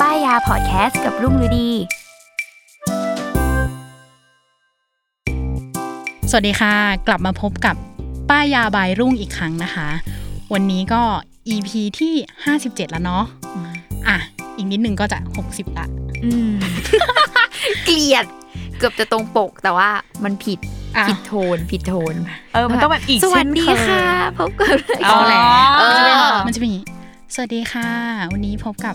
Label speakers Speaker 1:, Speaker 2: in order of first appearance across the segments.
Speaker 1: ป้ายยาพอดแคสต์กับรุ่งฤดี
Speaker 2: สวัสดีค่ะ กลับมาพบกับป้ายาบายรุ่งอีกครั้งนะคะ วันนี้ก็ EP ที่ 57 แล้วเนาะอ่ะ อีกนิดนึงก็จะ 60 ละ
Speaker 1: เกลียด เกือบจะตรงปกแต่ว่ามันผิด
Speaker 2: อ่ะ
Speaker 1: ผิดโทนผิดโทน
Speaker 3: เออ มันต้องแบบอีก
Speaker 1: สวัส
Speaker 3: เช่น
Speaker 1: ดี
Speaker 3: เย
Speaker 1: ค่ะพบกับ
Speaker 3: เอาแหละ
Speaker 1: เออ
Speaker 2: มันจะมีสวัสดีค่ะ วันนี้พบกับ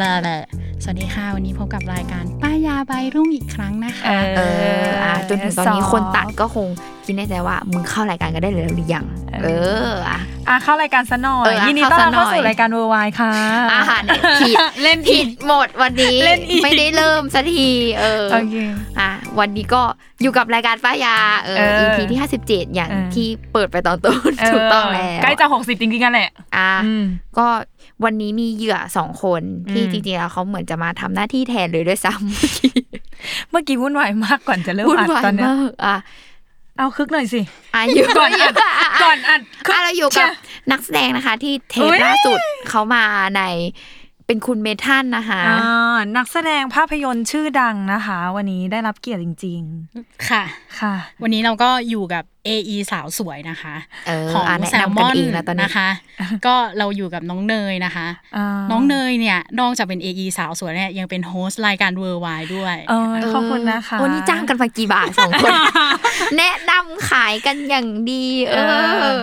Speaker 2: ละละสวัสดีค่ะ วันนี้พบกับรายการป้ายาบายรุ่งอีกครั้งนะคะ
Speaker 1: เอออ่ะจนถึงตอนนี้
Speaker 3: ส
Speaker 1: คนตัดก็คงคิดในใจว่ามึงเข้ารายการก็ได้เลยหรือยัง เอออ่ะ
Speaker 3: อ่ะเข้ารายการซะหน่อ
Speaker 1: เอย ออ่ะ
Speaker 3: ยินดีต้อนรับ
Speaker 1: เข้า
Speaker 3: เข้า
Speaker 1: ซะหน่อย
Speaker 3: สู่รายการเวอร์ไวค่ะ
Speaker 1: อาหาร เนี่ยผิด
Speaker 3: เล่น
Speaker 1: ผิ
Speaker 3: ผิ
Speaker 1: ด
Speaker 3: ด
Speaker 1: หมดวันนี้
Speaker 3: เล่นอีก
Speaker 1: ไม่ได้เริ่มสักทีเออ
Speaker 3: โอเค
Speaker 1: อ่ะวันนี้ก็อยู่กับรายการป้ายาเออ
Speaker 3: เออ
Speaker 1: EP ที่ 57 อย่าง
Speaker 3: เออ
Speaker 1: ที่เปิดไปตอนต้นถูกต้องแล้ว
Speaker 3: ใกล้จะหกสิบจริงๆกันแหละ
Speaker 1: อ่ะ
Speaker 3: อืม
Speaker 1: ก็วันนี้มีเหยื่อสองคน ที่
Speaker 3: อืม
Speaker 1: จริงๆแล้วเขาเหมือนจะมาทำหน้าที่แทนเลยด้วยซ้
Speaker 3: เมื่อกี้วุ่นวายมากก่อนจะเริ่
Speaker 1: ำ
Speaker 3: ม
Speaker 1: วุ่น
Speaker 3: อัด
Speaker 1: วาย
Speaker 3: ตอนเนี้ย
Speaker 1: มากอ่ะ
Speaker 3: เอาคึกหน่อยสิ
Speaker 1: อายุ
Speaker 3: ก่อนอัด ก่อนอัดคึก
Speaker 1: อ่ะเราอยู่กับนักแสดงนะคะ ที่เทป
Speaker 3: อุ๊ย
Speaker 1: ล่าสุดเขามาในเป็นคุณเมทันนะคะ
Speaker 3: อ่านักแสดงภาพยนตร์ชื่อดังนะคะ วันนี้ได้รับเกียรติจริง
Speaker 2: ค่ะ
Speaker 3: ๆ ค่ะ
Speaker 2: วันนี้เราก็อยู่กับ AE สาวสวยนะคะ
Speaker 1: เออ
Speaker 2: ของ
Speaker 1: อ่ะแนะ
Speaker 2: แซล
Speaker 1: นำ
Speaker 2: ม
Speaker 1: กัน
Speaker 2: อน
Speaker 1: เองนะตอนนี้
Speaker 2: นะคะ ก็เราอยู่กับน้องเนยนะคะ
Speaker 3: อ่า
Speaker 2: น้องเนยเนี่ยนอกจากเป็น AE สาวสวยเนี่ยยังเป็นโฮสต์รายการเวอร์ไวด้วย
Speaker 3: เออขอบคุณนะคะ
Speaker 1: โอ้นี่จ้างกันมากี่บาทสอง คน แนะนำขายกันอย่างดี เออ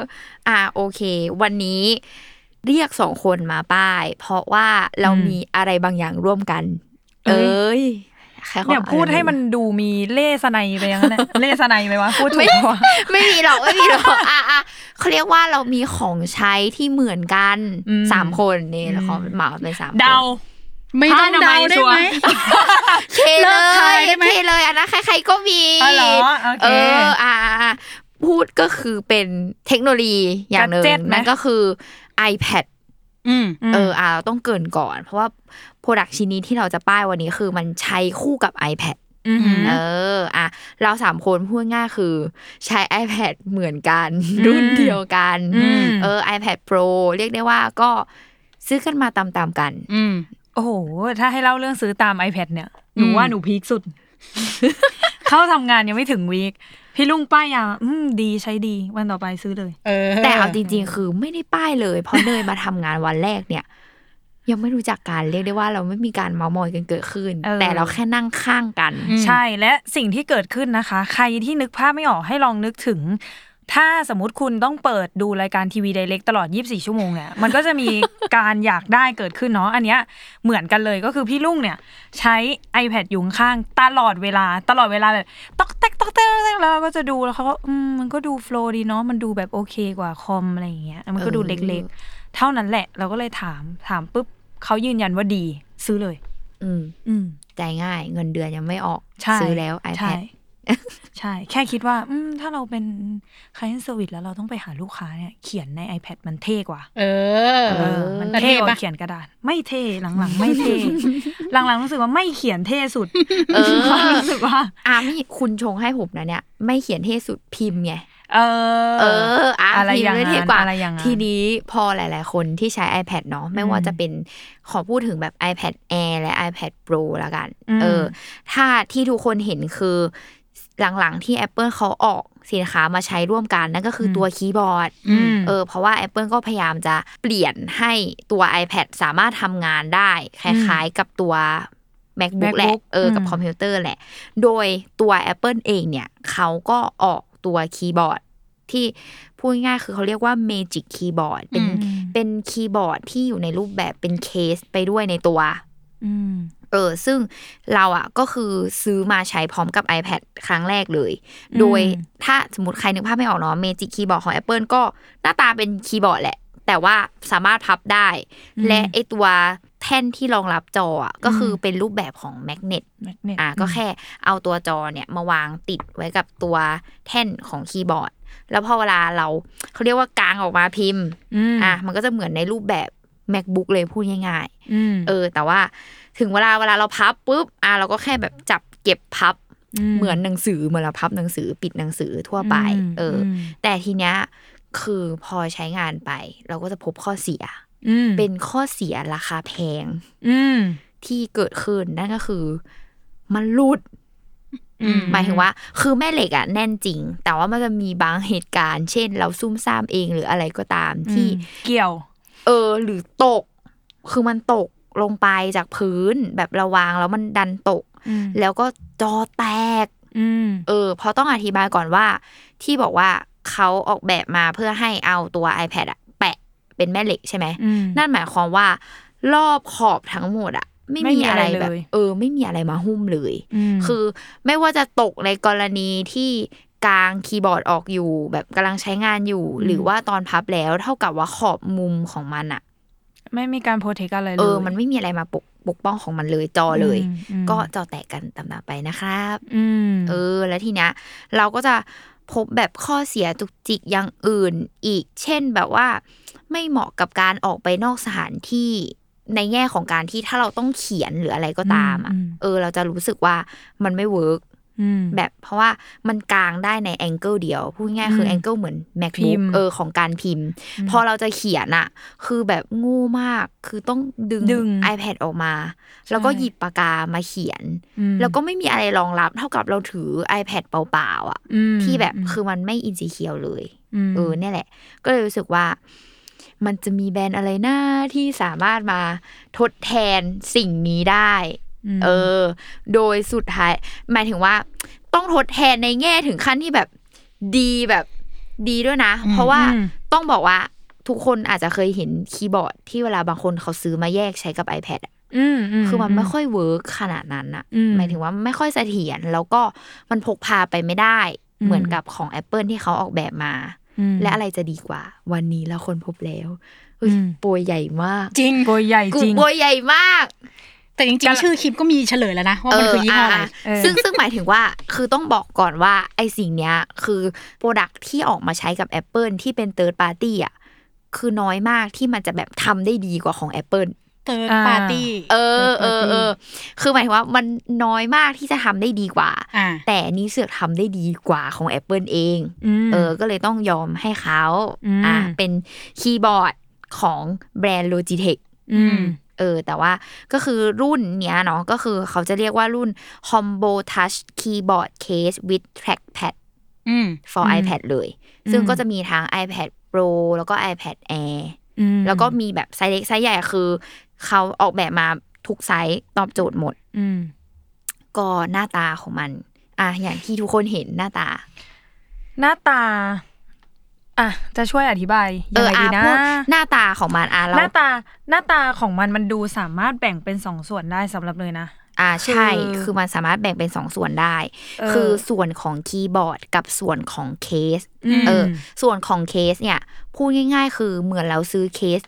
Speaker 1: อ่ะโอเค วันนี้เรียกสองคนมาป้าย เพราะว่าเรามีอะไรบางอย่างร่วมกัน เอ้ยใครขอ
Speaker 3: เนี่ยพูด
Speaker 1: อะไร
Speaker 3: ให้มันดูมีเล่ห์สไนยไปอยังนั้น แหละเล่ห์สไนยไปวะพูดถูกปะวะ
Speaker 1: ไม่มีหรอกไม่มีหรอกอ่ะอ่ะเขาเรียกว่าเรามีของใช้ที่เหมือนกัน
Speaker 3: อืม
Speaker 1: สามคนนี่
Speaker 3: อืม
Speaker 1: เราขอเหมาเป็นสามคน
Speaker 2: ไม่ต้องเดาได้ไหม
Speaker 1: เทเล
Speaker 2: เลิกขาย ยได้ไหม
Speaker 1: เทเลยอันนั้นใคร ๆก็มี
Speaker 3: อ๋อเหรอโอเค
Speaker 1: เอออ่ะอ่ะอ่ะพูดก็คือเป็นเทคโนโลยีอย่างหนึ่ง
Speaker 3: Gadget ไหม
Speaker 1: นั่นก็คือ iPad
Speaker 2: อืม
Speaker 1: เอออ่ะเราต้องเกรินก่อน เพราะว่าโปรดักชิ้นนี้ที่เราจะป้ายวันนี้คือมันใช้คู่กับ iPad
Speaker 3: อืม
Speaker 1: เออ อ่ะ เราสามคนพูดง่ายคือ ใช้ iPad เหมือนกัน รุ่นเดียวกัน
Speaker 3: อืม
Speaker 1: เออ iPad Pro เรียกได้ว่าก็ซื้อกันมาตามๆกัน
Speaker 2: อืม
Speaker 3: โอ้โห ถ้าให้เล่าเรื่องซื้อตาม iPad เนี่ย หนู
Speaker 2: อืม
Speaker 3: ว่าหนูพีคสุด เข้าทำงานยังไม่ถึงวีค พี่ลุงป้ายยาอืมดีใช้ดี วันต่อไปซื้อเลย
Speaker 2: เออ
Speaker 1: แต่เอาจริงๆ คือไม่ได้ป้ายเลย เพราะเนยมาทำงานวันแรกเนี่ย ยังไม่รู้จักกันเรียกได้ว่าเราไม่มีการเมาท์มอยกันเกิดขึ้น
Speaker 3: เออ
Speaker 1: แต่เราแค่นั่งข้างกัน
Speaker 2: อืม
Speaker 3: ใช่ และสิ่งที่เกิดขึ้นนะคะ ใครที่นึกภาพไม่ออกให้ลองนึกถึง ถ้าสมมติคุณต้องเปิดดูรายการทีวีไดเรกตลอด 24 ชั่วโมงเนี่ย มันก็จะมีการอยากได้เกิดขึ้นเนาะ อันเนี้ยเหมือนกันเลยก็คือพี่ลุงเนี่ย ใช้ iPad อยู่ข้างๆตลอดเวลา ตลอดเวลาแบบต๊อกแตกต๊อกแตกต๊อกแต๊กแล้วเราก็จะดูแล้วเขาก็อืมมันก็ดูโฟล์ดีเนาะ มันดูแบบโอเคกว่าคอมอะไรอย่างเงี้ย มันก็ดูเล็กๆ เท่านั้นแหละ เราก็เลยถาม ถามปุ๊บเขายืนยันว่าดีซื้อเลย
Speaker 1: อืม
Speaker 3: อืม
Speaker 1: จ่ายง่าย เงินเดือนยังไม่ออก
Speaker 3: ใช่
Speaker 1: ซื้อแล้ว
Speaker 3: ใช่
Speaker 1: iPad
Speaker 3: ใช่ แค่คิดว่า อืม ถ้าเราเป็น client service แล้วเราต้องไปหาลูกค้าเนี่ย เขียนใน iPad มันเท่กว่า
Speaker 2: เออ
Speaker 3: เออ มัน
Speaker 2: แล้วเท่
Speaker 3: เท่กว่า
Speaker 2: ปะ
Speaker 3: เขียนกระดาษ ไม่เท่หลังๆ ไม่เท่ หลังๆรู้สึกว่าไม่เขียนเท่สุด
Speaker 1: เออ
Speaker 3: รู้สึกว่า
Speaker 1: อ่ะมีคุณชงให้ผมนะเนี่ย ไม่เขียนเท่สุดพิมพ์ไง
Speaker 3: เออ
Speaker 1: เอออะ
Speaker 3: อะไรอย่างนั้น
Speaker 1: ทีนี้เท่กว่า
Speaker 3: อะไรอย่างนั้น
Speaker 1: ทีนี้พอหลาย ๆ คนที่ใช้ iPad เนาะไม่ว่า
Speaker 3: อืม
Speaker 1: จะเป็นขอพูดถึงแบบ iPad Air และ iPad Pro ละกัน
Speaker 3: อืม
Speaker 1: เออ ถ้าที่ทุกคนเห็นคือหลัง ๆ ที่ Apple เขาออกสินค้ามาใช้ร่วมกัน นั่นก็คืออตัวคีย์บอร์ด
Speaker 3: อืม
Speaker 1: เออเพราะว่า Apple ก็พยายามจะเปลี่ยนให้ตัว iPad สามารถทำงานได้ คล้าย ๆ กับตัว MacBook
Speaker 3: MacBook
Speaker 1: แหละเออกับ
Speaker 3: อืม
Speaker 1: คอมพิวเตอร์แหละ โดยตัว Apple เองเนี่ย เขาก็ออกตัวคีย์บอร์ด ที่พูดง่ายๆคือเขาเรียกว่า Magic Keyboard เป็น
Speaker 2: อืม
Speaker 1: เป็นคีย์บอร์ดที่อยู่ในรูปแบบเป็นเคสไปด้วยในตัว
Speaker 3: อืม
Speaker 1: เออซึ่งเราอ่ะก็คือซื้อมาใช้พร้อมกับ iPad ครั้งแรกเลย
Speaker 3: อืม
Speaker 1: โดยถ้าสมมติใครนึกภาพไม่ออกเนาะเมจิกคีย์บอร์ดของ Apple ก็หน้าตาเป็นคีย์บอร์ดแหละ แต่ว่าสามารถพับได้ และไอตัว แท่นที่รองรับจออะก็คืออ
Speaker 3: ม
Speaker 1: เป็นรูปแบบของแมกเนต
Speaker 3: แมกเนต
Speaker 1: อ่ะก็แค่เอาตัวจอเนี่ยมาวางติดไว้กับตัวแท่นของคีย์บอร์ด แล้วพอเวลาเราเขาเรียกว่ากางออกมาพิมพ์
Speaker 3: อืม
Speaker 1: อ่ะมันก็จะเหมือนในรูปแบบ macbook เลยพูดง่าย
Speaker 3: อืม
Speaker 1: ๆเออ แต่ว่าถึงเวลาเวลาเราพับปุ๊บอ่ะเราก็แค่แบบจับเก็บพับเหมือนหนังสือเหมือนเราพับหนังสือปิดหนังสือทั่วไป
Speaker 3: ม
Speaker 1: เอออแต่ทีเนี้ยคือพอใช้งานไป เราก็จะพบข้อเสีย
Speaker 3: อืม
Speaker 1: เป็นข้อเสียราคาแพง
Speaker 3: อืม
Speaker 1: ที่เกิดขึ้นนั่นก็คือมันหลุด
Speaker 3: อืม
Speaker 1: หมายถึงว่าคือแม่เหล็กอะแน่นจริง แต่ว่ามันจะมีบางเหตุการณ์ เช่น เราซุ่มซ่ามเองหรืออะไรก็ตามที่
Speaker 3: อืมเกี่ยว
Speaker 1: เออหรือตก คือมันตกลงไปจากพื้นแบบเระวางแล้วมันดันตก แล้วก็จอแตก
Speaker 3: อืม
Speaker 1: เออเพราะต้องอธิบายก่อนว่า ที่บอกว่าเขาออกแบบมาเพื่อให้เอาตัว iPad อะแปะเป็นแม่เหล็กใช่ไหม
Speaker 3: อืม
Speaker 1: นั่นหมายความว่า รอบขอบทั้งหมดอะไม่
Speaker 3: ไม่มี
Speaker 1: มีอะไร
Speaker 3: อะไร
Speaker 1: แบบ
Speaker 3: เลย
Speaker 1: เออ ไม่มีอะไรมาหุ้มเลย
Speaker 3: ม
Speaker 1: คือไม่ว่าจะตกในกรณีที่กลางคีย์บอร์ดออกอยู่ แบบกำลังใช้งานอยู่
Speaker 3: อืม
Speaker 1: หรือว่าตอนพับแล้วเท่ากับว่าขอบมุมของมันอะ
Speaker 3: ไม่มีการโปรเทคอะไรเลย
Speaker 1: เออ มันไม่มีอะไรมาปกปกป้องของมันเลยจอเลย
Speaker 3: มอืม
Speaker 1: ก็จอแตกกันตามๆไปนะครับ
Speaker 3: อืม
Speaker 1: เออ แล้วทีเนี้ยเราก็จะพบแบบข้อเสียจุกจิกอย่างอื่นอีก เช่นแบบว่า ไม่เหมาะกับการออกไปนอกสถานที่ในแง่ของการที่ถ้าเราต้องเขียนหรืออะไรก็ตามอ่ะเออ เราจะรู้สึกว่ามันไม่เวิร์ก
Speaker 3: อืม
Speaker 1: แบบเพราะว่ามันกางได้ในแองเกิลเดียวพูดง่ายๆคือ
Speaker 3: ม
Speaker 1: แองเกิลเหมือน
Speaker 3: พิ
Speaker 1: macbook
Speaker 3: มพ์
Speaker 1: เออของการพิมพ์
Speaker 3: ม
Speaker 1: พอเราจะเขียนอะคือแบบโงูมากคือต้องดึง
Speaker 3: ดึง
Speaker 1: iPad ออกมา แล้วก็หยิบปากกามาเขียน
Speaker 3: อืม
Speaker 1: แล้วก็ไม่มีอะไรรองรับเท่ากับเราถือ iPad เปล่าๆอะ
Speaker 3: อืม
Speaker 1: ที่แบบคือมันไม่อินซีเคียวเลย
Speaker 3: ม
Speaker 1: เออเนี่ยแหละ ก็เลยรู้สึกว่า มันจะมีแบรนด์อะไรหน้าที่สามารถมาทดแทนสิ่งนี้ได้
Speaker 3: ม
Speaker 1: เออ โดยสุดท้าย หมายถึงว่า ต้องทดแทนในแง่ถึงขั้นที่แบบดีแบบดีด้วยนะ
Speaker 2: อืม
Speaker 1: เพราะว่า
Speaker 3: อืม
Speaker 1: ต้องบอกว่าทุกคนอาจจะเคยเห็นคีย์บอร์ดที่เวลาบางคนเขาซื้อมาแยกใช้กับ iPad อะ
Speaker 3: อืมอื
Speaker 1: คือมันไม่ค่อยเวิร์กขนาดนั้นอะ
Speaker 3: อืม
Speaker 1: หมายถึงว่าไม่ค่อยเสถียรแล้วก็มันพกพาไปไม่ได้
Speaker 3: อืม
Speaker 1: เหมือนกับของ Apple ที่เขาออกแบบมา
Speaker 3: ม
Speaker 1: และอะไรจะดีกว่า วันนี้เราคนพบแล้วเฮ้ย
Speaker 3: อืม
Speaker 1: โปรยใหญ่มาก
Speaker 2: จริง
Speaker 3: โบยใหญ่
Speaker 1: กู
Speaker 3: จริง
Speaker 1: โปรยใหญ่มาก
Speaker 2: แต่จริงๆ ชื่อคลิปก็มีเฉลยแล้วนะ ว่ามันคือยี่ห้ออะไร
Speaker 3: เออ
Speaker 1: ซึ่งซึ่งหมายถึงว่าคือต้องบอกก่อนว่าไอสิ่งเนี้ยคือโปรดักที่ออกมาใช้กับ Apple ที่เป็น Third Party อ่ะคือน้อยมากที่มันจะแบบทำได้ดีกว่าของ Apple
Speaker 2: เติร์ด
Speaker 3: อ่า
Speaker 2: ปาร์ตี้
Speaker 1: เออเออเออคือหมายถึงว่ามันน้อยมากที่จะทำได้ดีกว่า
Speaker 2: อ่า
Speaker 1: แต่นี้เสือกทำได้ดีกว่าของ Apple เอง
Speaker 3: ม
Speaker 1: เออ ก็เลยต้องยอมให้เขา
Speaker 3: อืม
Speaker 1: อ่ะเป็นคีย์บอร์ดของแบรนด์ Logitech
Speaker 3: อืม
Speaker 1: เออแต่ว่าก็คือรุ่นเนี้ยเนาะก็คือเขาจะเรียกว่ารุ่น Combo Touch Keyboard Case with Trackpad
Speaker 2: อืม
Speaker 1: for
Speaker 3: อืม
Speaker 1: iPad เลย ซึ่งก็จะมีทั้ง iPad Pro แล้วก็ iPad Air
Speaker 3: อืม
Speaker 1: แล้วก็มีแบบไซส์เล็กไซส์ใหญ่คือ เขาออกแบบมาทุกไซส์ตอบโจทย์หมด
Speaker 3: อืม
Speaker 1: ก็หน้าตาของมัน อ่ะอย่างที่ทุกคนเห็นหน้าตา
Speaker 3: หน้าตา อ่ะ จะช่วยอธิบาย
Speaker 1: เอ
Speaker 3: ยัง
Speaker 1: อ
Speaker 3: ไง
Speaker 1: อ่ะ
Speaker 3: ดีนะ
Speaker 1: พูดหน้าตาของมันอ่ะเรา
Speaker 3: หน้าตาหน้าตาของมันมันดูสามารถแบ่งเป็นสองส่วนได้สำหรับเลยนะ
Speaker 1: อ่ะใช่
Speaker 3: คือ
Speaker 1: คือมันสามารถแบ่งเป็นสองส่วนได้
Speaker 3: เ
Speaker 1: คือส่วนของคีย์บอร์ดกับส่วนของเคส
Speaker 3: ม
Speaker 1: เออ ส่วนของเคสเนี่ย พูดง่ายๆ คือเหมือนเราซื้อเคส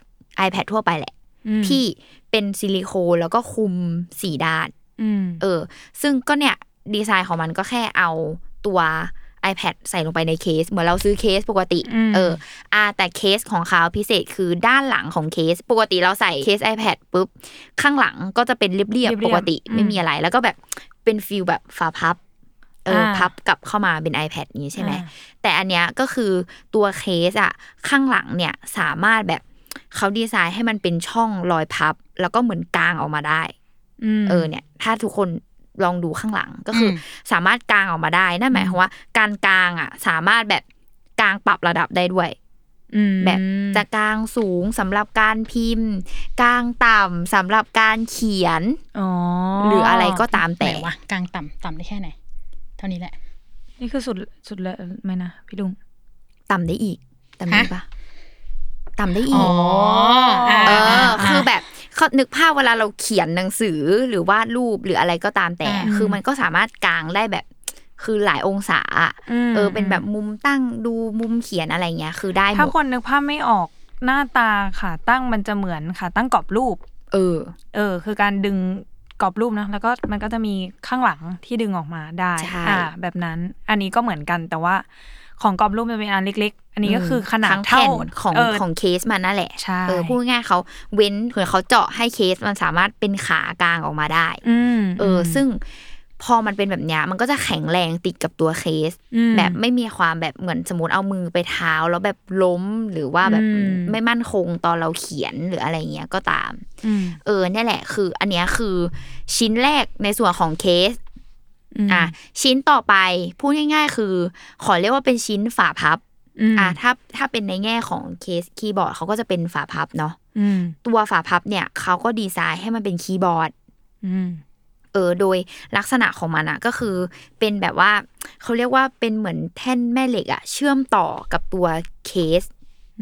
Speaker 1: iPad ทั่วไปแหละ
Speaker 3: อืม
Speaker 1: ที่เป็นซิลิโคนแล้วก็คุมสีด้าน
Speaker 3: อืม
Speaker 1: เออ ซึ่งก็เนี่ย ดีไซน์ของมันก็แค่เอาตัว iPad ใส่ลงไปในเคส เหมือนเราซื้อเคสปกติ
Speaker 3: อืม
Speaker 1: เอออาแต่เคสของเขาพิเศษคือด้านหลังของเคส ปกติเราใส่เคส iPad ปุ๊บ ข้างหลังก็จะเป็นเรียบๆปกติไม่มีอะไร แล้วก็แบบเป็นฟิลแบบฝาพับ เอออา พับกลับเข้ามาเป็น iPad นี้ใช่ไหม
Speaker 3: อ่า
Speaker 1: แต่อันเนี้ยก็คือตัวเคสอะข้างหลังเนี่ยสามารถแบบเขาดีไซน์ให้มันเป็นช่องรอยพับ แล้วก็เหมือนกางออกมาได้
Speaker 3: ม
Speaker 1: เออเนี่ย ถ้าทุกคนลองดูข้างหลังก็คืออ
Speaker 2: ม
Speaker 1: สามารถกางออกมาได้นั่นหมายความว่า การกางอะสามารถแบบกางปรับระดับได้ด้วย
Speaker 3: ม
Speaker 1: แบบจะกางสูงสำหรับการพิมพ์ กางต่ำสำหรับการเขียน
Speaker 3: อ๋อ
Speaker 1: หรืออะไรก็ตาม
Speaker 2: ไหน
Speaker 1: แต่
Speaker 2: วะกลางต่ำต่ำได้แค่ไหน เท่านี้แหละ
Speaker 3: นี่คือสุดสุดแล้วไหมนะพี่ดุง
Speaker 1: ต่ำได้อีกต่ำได้ปะต่ำได้อี
Speaker 2: อ๋อก า
Speaker 1: เออ
Speaker 2: า
Speaker 1: คือแบบเขานึกภาพเวลาเราเขียนหนังสือหรือวาดรูปหรืออะไรก็ตามแต่
Speaker 2: อ่า
Speaker 1: คือมันก็สามารถกางได้แบบ คือหลายองศาอะ
Speaker 3: อืม
Speaker 1: เออ เป็นแบบมุมตั้งดูมุมเขียนอะไรเงี้ย คือได้หม
Speaker 3: ถ้า
Speaker 1: ด
Speaker 3: คนนึกภาพไม่ออกหน้าตาขาตั้งมันจะเหมือนขาตั้งกรอบรูป
Speaker 1: เออ
Speaker 3: เออ คือการดึงกรอบรูปนะแล้วก็มันก็จะมีข้างหลังที่ดึงออกมาได้
Speaker 1: ใช่
Speaker 3: อ่าแบบนั้นอันนี้ก็เหมือนกันแต่ว่าของกรอบรูปมันเป็นอันเล็ก ๆ อันนี้ก็คือขนาด
Speaker 1: ง
Speaker 3: เท่า
Speaker 1: แผ่นของ
Speaker 3: เ
Speaker 1: ของเคสมันนั่นแหละ
Speaker 3: ใช่
Speaker 1: เออพูดง่ายๆเขาเว้นเหมือนเขาเจาะให้เคสมันสามารถเป็นขากลางออกมาได้
Speaker 3: อืม
Speaker 1: เออ ซึ่งพอมันเป็นแบบเนี้ยมันก็จะแข็งแรงติดกับตัวเคส
Speaker 3: อืม
Speaker 1: แบบไม่มีความแบบเหมือนสมมติเอามือไปเท้า แล้วแบบล้มหรือว่าแบบ
Speaker 3: อืม
Speaker 1: ไม่มั่นคงตอนเราเขียนหรืออะไรเงี้ยก็ตาม
Speaker 3: อืม
Speaker 1: เออเนี่ยแหละ คือ อันเนี้ยคือชิ้นแรกในส่วนของเคส
Speaker 3: ม
Speaker 1: อ่ะชิ้นต่อไปพูดง่าย ๆ คือ ขอเรียกว่าเป็นชิ้นฝาพับ
Speaker 3: ม
Speaker 1: อ่ะถ้าถ้าเป็นในแง่ของเคสคีย์บอร์ดเขาก็จะเป็นฝาพับเนาะ
Speaker 3: อืม
Speaker 1: ตัวฝาพับเนี่ยเขาก็ดีไซน์ให้มันเป็นคีย์บอร์ด
Speaker 3: อืม
Speaker 1: เออโดยลักษณะของมันอะก็คือเป็นแบบว่าเขาเรียกว่าเป็นเหมือนแท่นแม่เหล็กอะเชื่อมต่อกับตัวเคส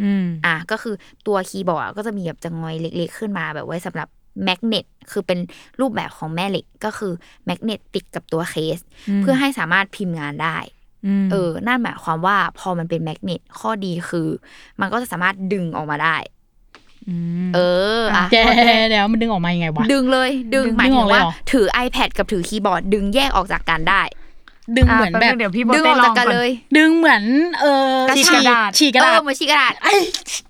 Speaker 3: อืม
Speaker 1: อ่ะก็คือตัวคีย์บอร์ดอะก็จะมีแบบจะงอยเล็ก ๆ ขึ้นมาแบบไว้สำหรับแมกเนตคือเป็นรูปแบบของแม่เหล็กก็คือแมกเนตติดกับตัวเคส เพื่อให้สามารถพิมพ์งานได้
Speaker 3: ม
Speaker 1: เออ นั่นหมายความว่าพอมันเป็นแมกเนตข้อดีคือ มันก็จะสามารถดึงออกมาได้
Speaker 3: ม
Speaker 1: เอออ่ะ
Speaker 2: แกเดี๋ยวมันดึงออกมายังไงวะ
Speaker 1: ดึงเลย ดึง
Speaker 2: ดึง
Speaker 1: หมาย
Speaker 2: ดึงอ
Speaker 1: ถึ
Speaker 2: อก
Speaker 1: ง
Speaker 2: เลย
Speaker 1: ว่า
Speaker 2: เหรอ
Speaker 1: ถือ iPad กับถือคีย์บอร์ด ดึงแยกออกจากกันได้
Speaker 2: ดึงเหมือนแบบ
Speaker 3: ะป๊งเดี๋ยวพี่โบ
Speaker 1: ดึง
Speaker 3: เต้
Speaker 1: ออก
Speaker 3: ล
Speaker 1: จาก
Speaker 3: อง
Speaker 1: กัน
Speaker 3: ก่อน
Speaker 1: เลย
Speaker 2: ดึงเหมือนเออก
Speaker 1: ระ
Speaker 2: ฉี
Speaker 1: ชาก
Speaker 2: กฉีกก
Speaker 1: เอ
Speaker 2: ระดา
Speaker 1: อ
Speaker 2: ษ
Speaker 1: เหมือนชีกระดาษ
Speaker 2: ไอ้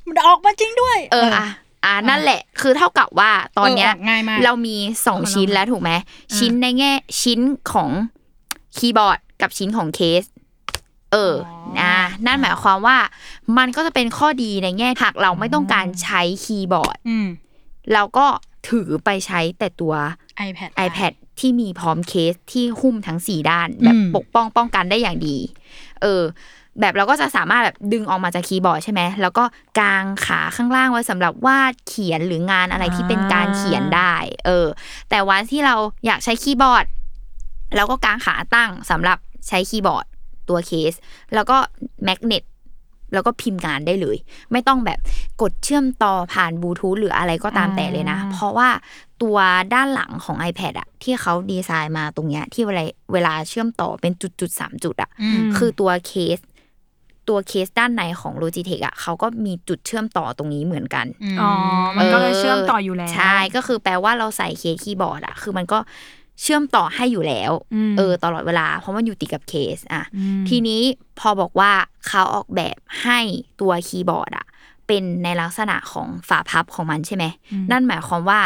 Speaker 2: มันออกมาจริงด้วย
Speaker 1: เอออ่ะอ่ะนั่นแหละ คือเท่ากับว่าตอนเนี้ย
Speaker 2: เกง่ายมาก
Speaker 1: เรามีสอง
Speaker 3: เอาลอง
Speaker 1: ชิ้นแล้วถูกไหมชิ้นในแง่ชิ้นของคีย์บอร์ดกับชิ้นของเคส เอออ
Speaker 2: อ
Speaker 1: นะนั่นหมายความว่า มันก็จะเป็นข้อดีในแง่หากเราไม่ต้องการใช้คีย์บอร์ด
Speaker 2: อืม
Speaker 1: เราก็ถือไปใช้แต่ตัว
Speaker 2: iPad
Speaker 1: iPad ที่มีพร้อมเคสที่หุ้มทั้งสี่ด้าน แบบ
Speaker 2: อืม
Speaker 1: ปกป้องป้องกันได้อย่างดี เออ แบบเราก็จะสามารถแบบดึงออกมาจากคีย์บอร์ดใช่ไหม แล้วก็กางขาข้างล่างไว้สำหรับวาดเขียนหรืองานอะไรที่เป็นการเขียนได้ เออ แต่วันที่เราอยากใช้คีย์บอร์ดเราก็กางขาตั้งสำหรับใช้คีย์บอร์ดตัวเคส แล้วก็แมกเนตแล้วก็พิมพ์งานได้เลย ไม่ต้องแบบกดเชื่อมต่อผ่านบลูทูธหรืออะไรก็ตามแต่เลยนะ
Speaker 3: อ่า
Speaker 1: เพราะว่าตัวด้านหลังของ iPad อะที่เขาดีไซน์มาตรงเนี้ยที่เวลาเวลาเชื่อมต่อเป็นจุดจุดๆสามจุดอะ
Speaker 2: อืม
Speaker 3: ม
Speaker 1: คือตัวเคส ตัวเคสด้านในของ Logitech อ่ะเขาก็มีจุดเชื่อมต่อตรงนี้เหมือนกัน
Speaker 3: อ๋อ มันก็เลยเชื่อมต่ออยู่แล้ว
Speaker 1: ใช่ ก็คือแปลว่าเราใส่เคสคีย์บอร์ดอ่ะ คือมันก็เชื่อมต่อให้อยู่แล้ว
Speaker 3: ม
Speaker 1: เออ ตลอดเวลา เพราะมันอยู่ติดกับเคสอ่ะ
Speaker 3: ม
Speaker 1: ทีนี้พอบอกว่าเขาออกแบบให้ตัวคีย์บอร์ดอ่ะ เป็นในลักษณะของฝาพับของมันใช่ไหม
Speaker 3: อืม
Speaker 1: นั่นหมายความว่า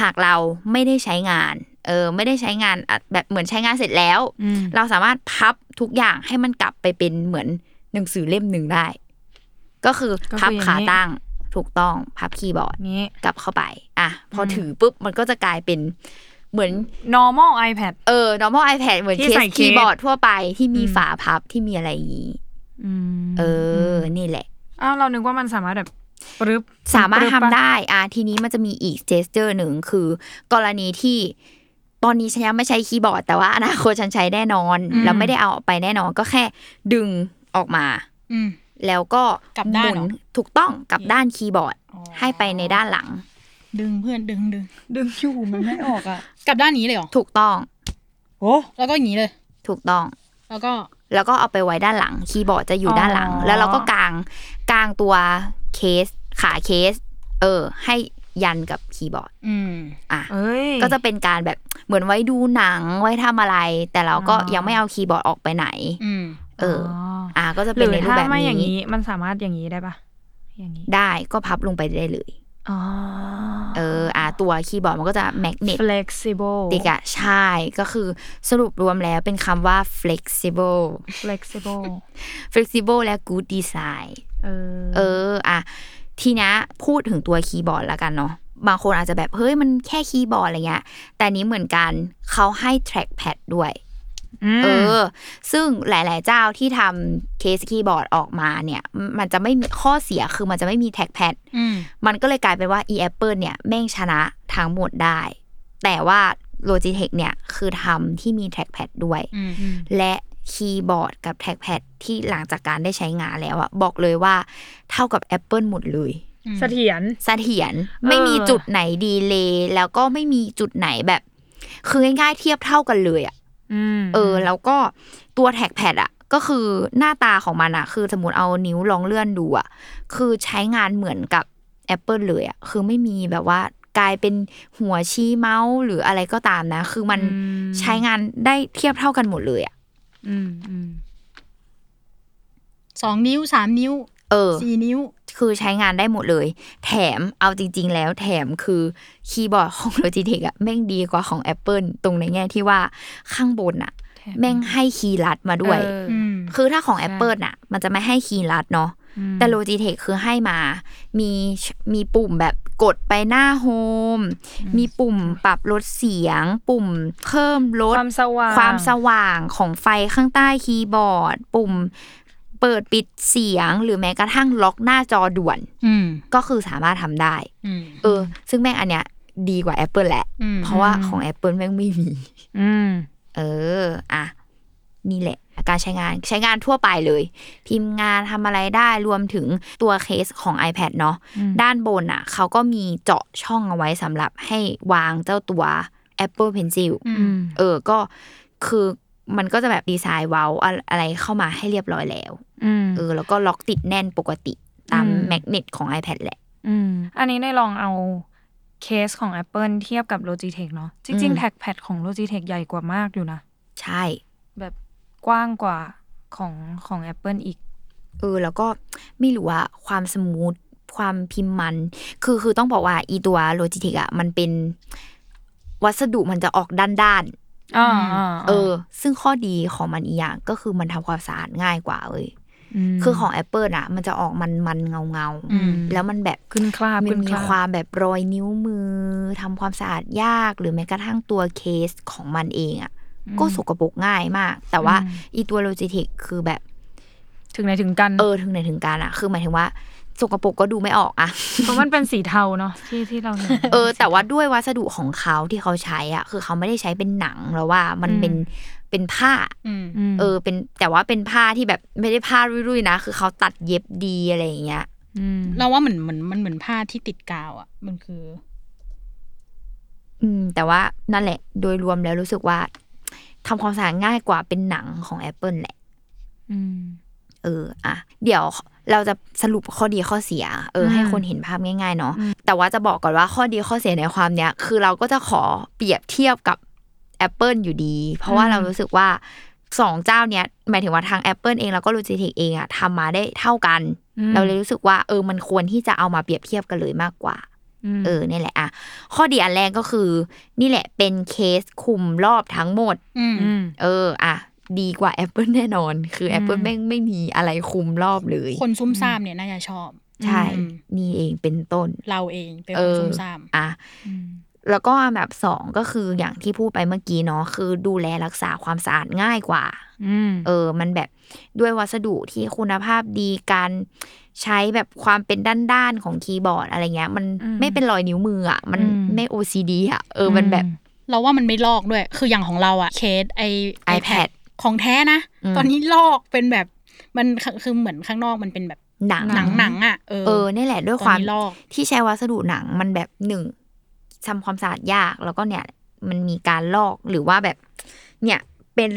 Speaker 1: หากเราไม่ได้ใช้งาน เออ ไม่ได้ใช้งานอ่ะแบบเหมือนใช้งานเสร็จแล้ว
Speaker 3: อืม
Speaker 1: เราสามารถพับทุกอย่างให้มันกลับไปเป็นเหมือนหนังสือเล่มหนึ่งได้ ก็คือ
Speaker 3: ก็คือ
Speaker 1: พับ
Speaker 3: อย่างนี้
Speaker 1: ขาตั้งถูกต้องพับคีย์บอร์ด
Speaker 3: นี้
Speaker 1: กลับเข้าไป อ่ะ พออ
Speaker 3: ม
Speaker 1: ถือปุ๊บ มันก็จะกลายเป็นเหมือน
Speaker 3: normal iPad
Speaker 1: เออ normal iPad เหมือน
Speaker 3: ที่
Speaker 1: เคส
Speaker 3: ใส่เคส
Speaker 1: คีย์บอร์ดทั่วไปที่มี
Speaker 3: อืม
Speaker 1: ฝาพับที่มีอะไรอย่างนี้
Speaker 3: อืม
Speaker 1: เออ
Speaker 3: ม
Speaker 1: อนี่แหละ
Speaker 3: อ้าวเรานึกว่ามันสามารถแบบปรึบ
Speaker 1: สามารถ
Speaker 3: ปบ
Speaker 1: ทำ
Speaker 3: ปะ
Speaker 1: ได้ อ่ะทีนี้มันจะมีอีกเจสเจอร์หนึ่งคือ กรณีที่ตอนนี้ฉันยังไม่ใช้คีย์บอร์ด แต่ว่าอนาคตฉันใช้แน่นอน
Speaker 3: อืม
Speaker 1: แล้วไม่ได้เอาออกไปแน่นอนก็แค่ดึงออกมา
Speaker 2: อืม
Speaker 1: แล้วก็
Speaker 2: กลับด้าน
Speaker 1: ห
Speaker 2: เหรอ
Speaker 1: มุถูกต้องกับด้านคีย์บอร์ด ให้ไปในด้านหลัง
Speaker 2: ดึงเพื่อนดึงดึง
Speaker 3: ดึงอยู่มันไม่ออกอ่ะ
Speaker 2: กลับด้านนี้เลยเหรอ
Speaker 1: ถูกต้อง
Speaker 3: โอ้
Speaker 2: แล้วก็อย่างนี้เลย
Speaker 1: ถูกต้อง
Speaker 2: แล้วก็
Speaker 1: แล้วก็เอาไปไว้ด้านหลัง คีย์บอร์ดจะอยู่ด้านหลัง
Speaker 3: อ๋อ
Speaker 1: แล้วเราก็กางกางตัวเคส ขาเคส เออ ให้ยันกับคีย์บอร์ด
Speaker 2: อืม
Speaker 1: อ่ะ
Speaker 3: เอ้ย
Speaker 1: ก็จะเป็นการแบบเหมือนไว้ดูหนังไว้ทำอะไร แต่เราก็
Speaker 3: อ๋อ
Speaker 1: ยังไม่เอาคีย์บอร์ดออกไปไหน
Speaker 2: อืม
Speaker 1: เอออ
Speaker 3: อ
Speaker 1: อ่ะก็จะ
Speaker 3: ห
Speaker 1: เป็น
Speaker 3: รือ
Speaker 1: ในรูป
Speaker 3: ถ้า
Speaker 1: แบบ
Speaker 3: ไม่อย่าง
Speaker 1: นี้
Speaker 3: นี้มันสามารถอย่างนี้ได้ปะอย่างนี้
Speaker 1: ได้ก็พับลงไปได้เลย
Speaker 3: อ๋อ
Speaker 1: เออ อ่ะตัวคีย์บอร์ดมันก็จะแมกเนต
Speaker 3: flexible
Speaker 1: ติกอะใช่ก็คือสรุปรวมแล้วเป็นคำว่า flexible
Speaker 3: flexible
Speaker 1: flexible และ good design
Speaker 3: เออ
Speaker 1: เอออะทีเนี้ยพูดถึงตัวคีย์บอร์ดแล้วกันเนาะบางคนอาจจะแบบ เฮ้ย มันแค่คีย์บอร์ดอะไรเงี้ย แต่นี้เหมือนกันเขาให้ trackpad ด้วย เออ ซึ่งหลาย ๆ เจ้าที่ทำเคสคีย์บอร์ดออกมาเนี่ย มันจะไม่มีข้อเสียคือมันจะไม่มี trackpad
Speaker 2: อืม
Speaker 1: มันก็เลยกลายเป็นว่า e apple เนี่ยแม่งชนะทั้งหมดได้ แต่ว่า logitech เนี่ยคือทำที่มี trackpad ด้วย
Speaker 2: อืม
Speaker 1: และคีย์บอร์ดกับแท็กแพดที่หลังจากการได้ใช้งานแล้วอะบอกเลยว่าเท่ากับ Apple หมดเลย
Speaker 3: เสถียร
Speaker 1: เสถียรไม่มีจุดไหนดีเลย์แล้วก็ไม่มีจุดไหนแบบ คือง่ายๆเทียบเท่ากันเลยอะเออ แล้วก็ตัวแท็กแพดอะก็คือหน้าตาของมันอะคือสมมติเอานิ้วลองเลื่อนดูอะคือใช้งานเหมือนกับ Apple เลยอะคือไม่มีแบบว่า กลายเป็นหัวชี้เมาส์หรืออะไรก็ตามนะ คือมัน
Speaker 2: อืม
Speaker 1: ใช้งานได้เทียบเท่ากันหมดเลยอะ
Speaker 2: อืมอืมสองนิ้วสามนิ้ว
Speaker 1: เออ
Speaker 2: สี่นิ้ว
Speaker 1: คือใช้งานได้หมดเลย แถมเอาจริง ๆ แล้วแถมคือคีย์บอร์ดของ Logitech อะแม่งดีกว่าของ Apple ตรงในแง่ที่ว่าข้างบนอะแม่งให้คีย์ลัดมาด้วย
Speaker 3: เออ
Speaker 2: อืม
Speaker 1: คือถ้าของ Apple น่ะ มันจะไม่ให้คีย์ลัดเนาะแต่ Logitech คือให้มา มีมีปุ่มแบบกดไปหน้าโฮมมีปุ่มปรับลดเสียง ปุ่มเพิ่มลด
Speaker 3: ความสว่าง
Speaker 1: ความสว่างของไฟข้างใต้คีย์บอร์ด ปุ่มเปิดปิดเสียงหรือแม้กระทั่งล็อกหน้าจอด่วน
Speaker 2: อืม
Speaker 1: ก็คือสามารถทำได้
Speaker 2: อืม
Speaker 1: เออ ซึ่งแม่งอันเนี้ยดีกว่า Apple แหละ
Speaker 2: อืม
Speaker 1: เพราะว่าของ Apple แม่งไม่มี
Speaker 3: อืม
Speaker 1: เออ อ่ะ นี่แหละ การใช้งาน ใช้งานทั่วไปเลย พิมพ์งานทำอะไรได้ รวมถึงตัวเคสของ iPad เนาะ ด้านบนอ่ะ เขาก็มีเจาะช่องเอาไว้สำหรับให้วางเจ้าตัว Apple Pencil
Speaker 2: อืม
Speaker 1: เออ ก็คือมันก็จะแบบดีไซน์เว้าอะอะไรเข้ามาให้เรียบร้อยแล้ว
Speaker 3: อืม
Speaker 1: เออ แล้วก็ล็อกติดแน่นปกติตาม
Speaker 3: อืม
Speaker 1: แมกเนตของ iPad แหละ
Speaker 3: อืม อันนี้ได้ลองเอาเคสของ Apple เทียบกับ Logitech เนาะจริง
Speaker 1: อื
Speaker 3: ๆ
Speaker 1: ม
Speaker 3: แท็กแพดของ Logitech ใหญ่กว่ามากอยู่นะ
Speaker 1: ใช่
Speaker 3: แบบกว้างกว่าของของ Apple อีก
Speaker 1: เออแล้วก็ไม่รู้ว่าความสมูทความพิมพ์มัน คือคือต้องบอกว่าอีตัวโลจิเทคอะมันเป็นวัสดุมันจะออกด้านด้าน
Speaker 3: อ่า
Speaker 1: ๆเออ ซึ่งข้อดีของมันอีกอย่างก็คือมันทำความสะอาดง่ายกว่าเอ้ยคือของ Apple อะมันจะออกมันมันๆเงาเงาๆ
Speaker 2: อืม
Speaker 1: แล้วมันแบบ
Speaker 3: ขึ้นคราบ
Speaker 1: มั
Speaker 3: ขึ้
Speaker 1: น
Speaker 3: น
Speaker 1: มี
Speaker 3: คราบ
Speaker 1: ความแบบรอยนิ้วมือทำความสะอาดยากหรือแม้กระทั่งตัวเคสของมันเองอะก็สกปรกง่ายมาก แต่ว่าอีตัวโลจิเทคคือแบบ
Speaker 3: ถึงไหนถึงกัน
Speaker 1: เออถึงไหนถึงการอะคือหมายถึงว่าสกปรกก็ดูไม่ออกอะ
Speaker 3: เพราะมันเป็นสีเทาเนาะที่ที่เราเห็น
Speaker 1: เออ แต่ว่าด้วยวัสดุของเขาที่เขาใช้อ่ะ คือเขาไม่ได้ใช้เป็นหนังแล้วว่ามัน
Speaker 3: อืม
Speaker 1: เป็นเป็นผ้า
Speaker 2: อืม
Speaker 3: ม
Speaker 1: เออ เป็นแต่ว่าเป็นผ้าที่แบบไม่ได้ผ้ารุ่ยๆนะ คือเขาตัดเย็บดีอะไรอย่างเงี้ย
Speaker 3: ม
Speaker 2: เราว่าเหมือนเหมือนมันเหมือนผ้าที่ติดกาวอ่ะ มันคือ
Speaker 1: อืม แต่ว่านั่นแหละ โดยรวมแล้วรู้สึกว่าทำความสะอาดง่ายกว่าเป็นหนังของ Apple แหละ
Speaker 3: อืม
Speaker 1: เอออะเดี๋ยวเราจะสรุปข้อดีข้อเสีย เออ
Speaker 3: อืม
Speaker 1: ให้คนเห็นภาพง่ายๆเนาะ
Speaker 3: อืม
Speaker 1: แต่ว่าจะบอกก่อนว่าข้อดีข้อเสียในความเนี้ย คือเราก็จะขอเปรียบเทียบกับ Apple อยู่ดี เพราะว่าเรารู้สึกว่าสองเจ้าเนี้ยหมายถึงว่าทาง Apple เองแล้วก็ Logitech เองอะทำมาได้เท่ากัน เราเลยรู้สึกว่าเออมันควรที่จะเอามาเปรียบเทียบกันเลยมากกว่า
Speaker 3: ม
Speaker 1: เออนี่แหละอะข้อดีอันแรกก็คือ นี่แหละเป็นเคสคุมรอบทั้งหมด
Speaker 2: อืม
Speaker 3: ม
Speaker 1: เอออะดีกว่า Apple แน่นอน คือ Apple
Speaker 3: อืม
Speaker 1: แม่งไม่มีอะไรคุมรอบเลย
Speaker 2: คนซุ่มซ่ามเนี่ยน่าจะชอบ
Speaker 1: ใช่
Speaker 2: อืม
Speaker 1: นี่เองเป็นต้น
Speaker 2: เราเองเป็น
Speaker 1: เอ
Speaker 2: คน
Speaker 1: อ
Speaker 2: ซุ่มซ่าม
Speaker 1: อ่ะ
Speaker 3: อืม
Speaker 1: แล้วก็อันดับสองก็คืออย่างที่พูดไปเมื่อกี้เนาะคือดูแลรักษาความสะอาดง่ายกว่า
Speaker 3: อืม
Speaker 1: เออ มันแบบด้วยวัสดุที่คุณภาพดีการใช้แบบความเป็นด้านๆของคีย์บอร์ดอะไรเงี้ย มัน
Speaker 3: อืม
Speaker 1: ไม่เป็นรอยนิ้วมืออ่ะ มัน
Speaker 3: อืม
Speaker 1: ไม่ OCD อ่ะ เออ มันแบบ
Speaker 2: เราว่ามันไม่ลอกด้วย คืออย่างของเราอะเคสไอ
Speaker 1: iPad
Speaker 2: ของแท้นะ
Speaker 1: อืม
Speaker 2: ตอนนี้ลอกเป็นแบบ มันคือเหมือนข้างนอกมันเป็นแบบ
Speaker 1: หนัง
Speaker 2: หนังหนังๆอะเออ
Speaker 1: เออนี่แหละด้วย
Speaker 2: ตอนนี้
Speaker 1: ความ
Speaker 2: ลอก
Speaker 1: ที่ใช้วัสดุหนังมันแบบหนึ่งทำความสะอาดยากแล้วก็เนี่ย มันมีการลอกหรือว่าแบบ เนี่ยเป็น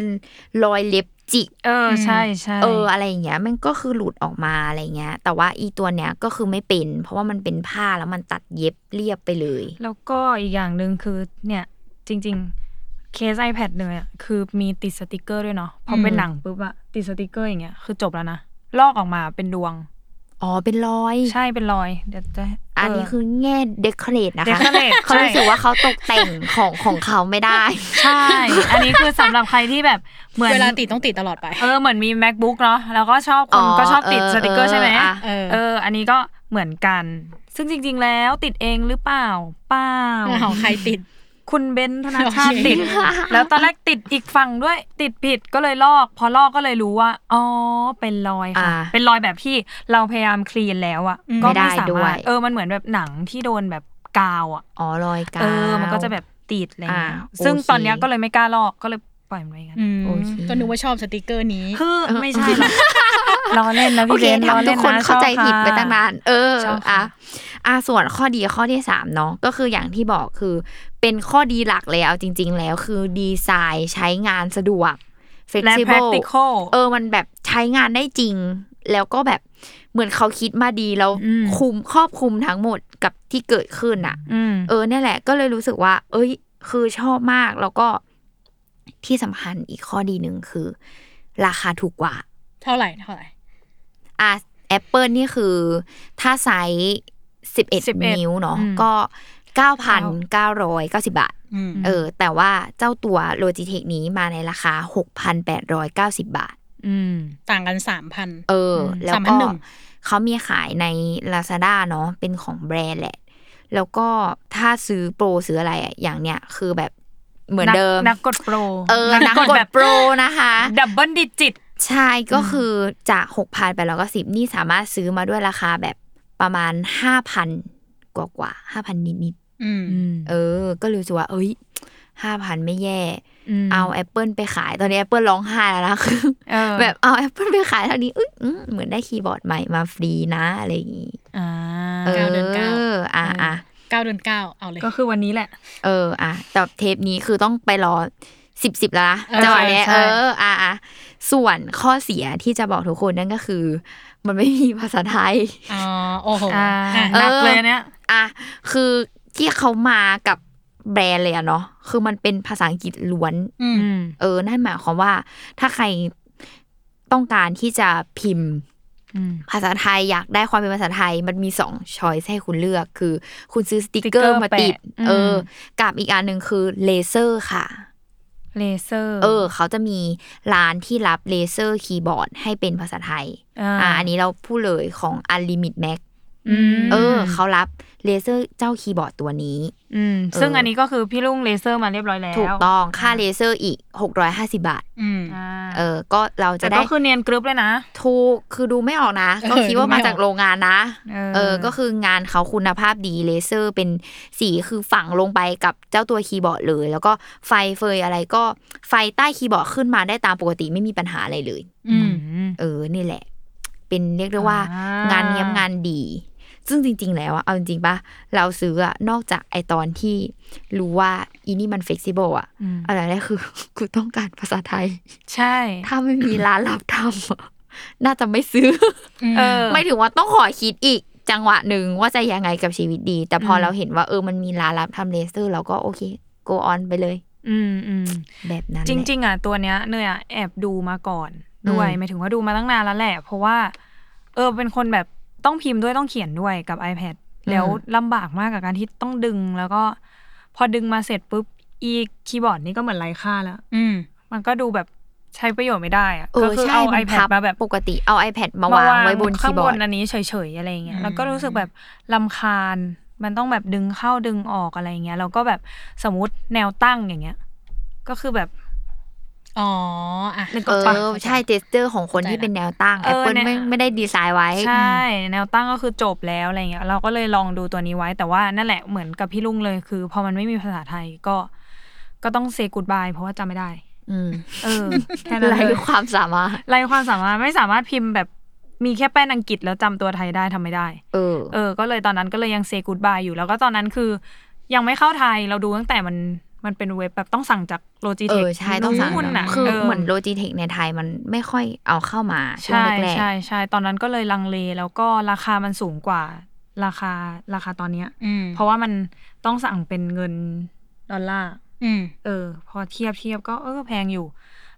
Speaker 1: รอยเล็บจิก
Speaker 3: เออ ใช่ใช่
Speaker 1: เอออะไรอย่างเงี้ยมันก็คือหลุดออกมาอะไรเงี้ย แต่ว่าอีตัวเนี้ยก็คือไม่เป็น เพราะว่ามันเป็นผ้าแล้วมันตัดเย็บเรียบไปเลย
Speaker 3: แล้วก็อีกอย่างหนึ่งคือเนี่ยจริง ๆ เคส iPad เลยอะคือมีติดสติกเกอร์ด้วยเนาะพอเป็น
Speaker 1: อืม
Speaker 3: หนังปุ๊บอะติดสติกเกอร์อย่างเงี้ยคือจบแล้วนะ ลอกออกมาเป็นดวง
Speaker 1: อ๋อเป็นรอย
Speaker 3: ใช่เป็นรอย เดี๋ยวจะ
Speaker 1: อันนี้คือแง่เดคอเรทนะคะ
Speaker 3: Decorate
Speaker 1: เขารู้สึกว่าเขาตกแต่งของของเขาไม่ได้
Speaker 3: ใช่ อันนี้คือสำหรับใครที่แบบเหมือน
Speaker 2: เวลาติดต้องติดตลอดไป
Speaker 3: เออเหมือนมี macbook เนาะแล้วก็ชอบคนก็ชอบติด
Speaker 1: อ๋อเออ
Speaker 3: สติกเกอร์ใช่ไหม
Speaker 1: เอออ่ะ
Speaker 2: เออ
Speaker 3: เออ อันนี้ก็เหมือนกัน ซึ่งจริง ๆ แล้วติดเองหรือเปล่าเปล่า
Speaker 2: ของใครติด
Speaker 3: คุณเบนซ์ธนาชาติ
Speaker 2: โอเค
Speaker 3: ติด แล้วตอนแรกติดอีกฝั่งด้วยติดผิดก็เลยลอก พอลอกก็เลยรู้ว่า อ๋อ เป็นรอยค่ะ
Speaker 1: อ่า
Speaker 3: เป็นรอยแบบที่เราพยายามคลีนแล้วอ่ะ
Speaker 2: อืม
Speaker 3: ก็
Speaker 1: ไม่
Speaker 3: ไม่
Speaker 1: ได้
Speaker 3: สา
Speaker 1: ด้ว
Speaker 3: มารถ
Speaker 1: ย
Speaker 3: เออ มันเหมือนแบบหนังที่โดนแบบกาวอ่ะ
Speaker 1: อ๋อรอยกาว
Speaker 3: เออ มันก็จะแบบติดอะไรเงี้
Speaker 1: อ่า
Speaker 3: ย
Speaker 1: โอเค
Speaker 3: ซึ่งตอนเนี้ยก็เลยไม่กล้าลอกก็เลยปล่อยมันไว้งั้น
Speaker 2: อืม
Speaker 1: โอเค
Speaker 2: ก็นึกว่าชอบสติกเกอร์นี้
Speaker 3: คือไม่ใช่หรอกล้อเล่นนะ
Speaker 1: โอ
Speaker 3: พี่
Speaker 1: เค
Speaker 3: เบนซ์ล้อ
Speaker 1: ทำทุ
Speaker 3: เล่
Speaker 1: ก
Speaker 3: น
Speaker 1: คน
Speaker 3: นะ
Speaker 1: เข้าใจ
Speaker 3: ชอบ
Speaker 1: ผิด
Speaker 3: ค่ะ
Speaker 1: ไปตั้งนาน เออ
Speaker 3: ชอบ
Speaker 1: อ่ะ
Speaker 3: ค่ะ
Speaker 1: อ่ะส่วนข้อดีข้อที่สามเนาะก็คืออย่างที่บอกคือ เป็นข้อดีหลักเลยเอาจริง ๆ แล้วคือดีไซน์ใช้งานสะดวก
Speaker 3: และ
Speaker 1: flexible
Speaker 3: practical
Speaker 1: เออมันแบบใช้งานได้จริง แล้วก็แบบเหมือนเขาคิดมาดีแล้ว
Speaker 3: อืม
Speaker 1: คุมครอบคลุมทั้งหมดกับที่เกิดขึ้นอะ
Speaker 3: อืม
Speaker 1: เออเนี่ยแหละก็เลยรู้สึกว่า เอ้ย คือชอบมากแล้วก็ที่สำคัญอีกข้อดีหนึ่งคือ ราคาถูกกว่า
Speaker 2: เท่าไหร่เท่าไหร่
Speaker 1: อ่ะแอปเปิลนี่คือ ถ้าไซส์สิบเอ็ด
Speaker 3: 11
Speaker 1: นิ้วเนาะ
Speaker 3: อืม
Speaker 1: ก็เก้าพันเก้าร้อยเก้าสิบาท
Speaker 2: อืม
Speaker 1: เออ แต่ว่าเจ้าตัวโลจิเทคนี้มาในราคาหกพันแปดร้อยเก้าสิบาท
Speaker 3: อืม
Speaker 2: ต่างกันสามพัน
Speaker 1: เอออ
Speaker 2: ม
Speaker 1: แล้ว
Speaker 2: สามพั
Speaker 1: ก็
Speaker 2: นหนึ่ง
Speaker 1: เขามีขายใน Lazada เนาะเป็นของแบรนด์แหละ แล้วก็ถ้าซื้อโปรซื้ออะไรอะอย่างเนี้ยคือแบบเหมือนเดิม
Speaker 3: นักกดโปร
Speaker 1: เออนักกดแบบโปรนะคะ
Speaker 3: ดับเบิลดิจิต
Speaker 1: ใช่ก็คือจากหกพันไปแล้วก็สิบนี่สามารถซื้อมาด้วยราคาแบบประมาณห้าพันกว่ากว่าห้าพันนิดนิด
Speaker 2: อืม
Speaker 1: ๆเออ ก็เลยรู้สึกว่า เอ้ยห้าพันไม่แย่ เอาแอปเปิลไปขายตอนนี้แอปเปิลร้องไห้แล้วนะ คือ
Speaker 3: เออ
Speaker 1: แบบเอาแอปเปิลไปขายเท่านี้เอ้ยอืมเหมือนได้คีย์บอร์ดใหม่มาฟรีนะอะไรอย่างงี้
Speaker 3: อ่า
Speaker 1: เอ
Speaker 2: เก้าเดือนเก้า
Speaker 1: ออ่ะอ่ะ
Speaker 2: เก้าเดือนเก้าเอาเลย
Speaker 3: ก็คือวันนี้แหละ
Speaker 1: เออ อ่ะ แต่เทปนี้คือต้องไปรอสิบสิบแล้วนะ
Speaker 2: เออ
Speaker 1: จังหวะเนี้ย
Speaker 3: ใช่
Speaker 1: เอ
Speaker 3: ใช่
Speaker 1: อ อ่ะอ่ะส่วนข้อเสียที่จะบอกทุกคนนั่นก็คือ มันไม่มีภาษาไทย
Speaker 2: อ๋อโอ้โห
Speaker 3: อ่า
Speaker 2: อ่ะ
Speaker 3: หนักเลยเนี่ย
Speaker 1: อ่ะ คือที่เขามากับแบรนด์เลยอะเนาะ คือมันเป็นภาษาอังกฤษล้วน
Speaker 2: อืม
Speaker 1: เออ นั่นหมายความว่า ถ้าใครต้องการที่จะพิมพ์
Speaker 3: อืม
Speaker 1: ภาษาไทยอยากได้ความเป็นภาษาไทยมันมีสองช้อยส์ให้คุณเลือก คือ คุณซื้อสติกเกอร์มาติด
Speaker 3: สติกเกอร์แปะ
Speaker 1: เอออ
Speaker 3: ม
Speaker 1: กับอีกอันหนึ่งคือเลเซอร์ค่ะ
Speaker 3: เลเซอร์
Speaker 1: เออเขาจะมีร้านที่รับเลเซอร์คีย์บอร์ดให้เป็นภาษาไทย อ่าอันนี้เราพูดเลยของ Unlimit Max
Speaker 3: อืม
Speaker 1: เออ เขารับเลเซอร์เจ้าคีย์บอร์ดตัวนี้
Speaker 3: อืม
Speaker 1: เออ
Speaker 3: ซึ่งอันนี้ก็คือพี่ลุงเลเซอร์มาเรียบร้อยแล้ว
Speaker 1: ถูกต้องค่าเลเซอร์อีก 650 บาท
Speaker 2: อืม
Speaker 3: อ่า
Speaker 1: เออ ก็เราจะ
Speaker 3: แต่
Speaker 1: ได้
Speaker 3: ก็คือเนียนกรึบเลยนะ
Speaker 1: ถูกคือดูไม่ออกนะ ก็
Speaker 2: เออ
Speaker 1: คิด
Speaker 2: ดู
Speaker 1: ว่า
Speaker 2: ไม่
Speaker 1: มา
Speaker 2: ออก
Speaker 1: จากโรงงานนะ
Speaker 3: เออ
Speaker 1: เออ ก็คืองานเขาคุณภาพดีเลเซอร์เป็นสีคือฝังลงไปกับเจ้าตัวคีย์บอร์ดเลย แล้วก็ไฟเฟยอะไรก็ไฟใต้คีย์บอร์ดขึ้นมาได้ตามปกติไม่มีปัญหาอะไรเลย
Speaker 2: อืม
Speaker 1: เออ นี่แหละ เป็นเรียกได้ว่า
Speaker 3: อ่าง
Speaker 1: งานเนี้ยมงานดี ซึ่งจริง ๆ แล้วอะเอาจริงๆปะเราซื้ออะนอกจากไอตอนที่รู้ว่าอีนี่มันเฟกซิเบิลอะ
Speaker 3: ม
Speaker 1: อะไรแรกคือ กูต้องการภาษาไท ย
Speaker 3: ใช่
Speaker 1: ถ้าไม่มีร้านรับทำอะ น่าจะไม่ซื้อ
Speaker 3: เออ
Speaker 1: ไม่ถึงว่าต้องขอคิดอีกจังหวะหนึ่งว่าจะยังไงกับชีวิตดี แต่พอ
Speaker 3: ม
Speaker 1: เราเห็นว่าเออมันมีร้านรับทำเลเซอร์เราก็โอเค go on ไปเลย
Speaker 3: อืมอืม
Speaker 1: แบบนั้นแห
Speaker 3: จ
Speaker 1: ละ
Speaker 3: ริง ๆอ่ะตัวเนี้ยเนยอ่ะแอบดูมาก่อนด้วย
Speaker 1: อืม
Speaker 3: หมายถึงว่าดูมาตั้งนานแล้วแหละ เพราะว่า เออเป็นคนแบบต้องพิมพ์ด้วยต้องเขียนด้วยกับ iPad แล้วลำบากมากกับการที่ต้องดึงแล้วก็ พอดึงมาเสร็จปุ๊บอีคีย์บอร์ดนี่ก็เหมือนไร้ค่าแล้ว
Speaker 2: อืม
Speaker 3: มันก็ดูแบบใช้ประโยชน์ไม่ได้อะ
Speaker 1: เอ
Speaker 3: ก็
Speaker 1: อ
Speaker 3: คือ
Speaker 1: ใช่
Speaker 3: เอา
Speaker 1: มัน
Speaker 3: iPad
Speaker 1: พับ
Speaker 3: มาแบบ
Speaker 1: ปกติเอา iPad มาวางไว้บนคี
Speaker 3: ข้าง
Speaker 1: ย์บบ อร์ด
Speaker 3: นอันนี้เฉยๆอะไรอย่างเงี้
Speaker 2: อื
Speaker 3: ย
Speaker 2: ม
Speaker 3: แล้วก็รู้สึกแบบลำคาญ มันต้องแบบดึงเข้าดึงออกอะไรอย่างเงี้ยแล้วก็แบบสมมติแนวตั้งอย่างเงี้ย ก็คือแบบ
Speaker 2: อ๋ออ่ะ
Speaker 3: นึกอ
Speaker 1: เอ
Speaker 3: อกปะ
Speaker 1: อ ใช่เจสเจอร์ของคนที่เป็นแนวตั้ง
Speaker 3: เออ
Speaker 1: Apple
Speaker 3: เนี่ย
Speaker 1: ไม่ไม่ได้ดีไซน์ไว้
Speaker 3: ใช่ แนวตั้งก็คือจบแล้วอะไรเงี้ยเราก็เลยลองดูตัวนี้ไว้แต่ว่านั่นแหละเหมือนกับพี่ลุงเลยคือ พอมันไม่มีภาษาไทยก็ ก็ต้องเซกูดบายเพราะว่าจำไม่ได้
Speaker 1: อืม
Speaker 3: เออ แค่นั้น
Speaker 1: ไร
Speaker 3: เลย
Speaker 1: ความสามารถ
Speaker 3: ไรความสามารถไม่สามารถพิมพ์แบบมีแค่แป้นอังกฤษแล้วจำตัวไทยได้ทำไม่ได้
Speaker 1: เออ
Speaker 3: เออ ก็เลยตอนนั้นก็เลยยังเซกูดบายอยู่แล้วก็ตอนนั้นคือ ยังไม่เข้าไทยเราดูตั้งแต่มันมันเป็นเว็บแบบต้องสั่งจากโลจิ
Speaker 1: เอ
Speaker 3: เทค
Speaker 1: อ ใช่ต้องสั่ง
Speaker 3: นู่นน่ะ
Speaker 1: คือ
Speaker 3: เ
Speaker 1: เหมือนโลจิเทคในไทยมันไม่ค่อยเอาเข้ามาช่วง
Speaker 3: ใช่
Speaker 1: แรก
Speaker 3: ใช่ใช่ตอนนั้นก็เลยลังเลแล้วก็ราคามันสูงกว่าราคาราคาตอนเนี้ย
Speaker 2: อืม
Speaker 3: เพราะว่ามันต้องสั่งเป็นเงินดอลลาร์
Speaker 2: อืม
Speaker 3: เออ พอเทียบเทียบก็เออแพงอยู่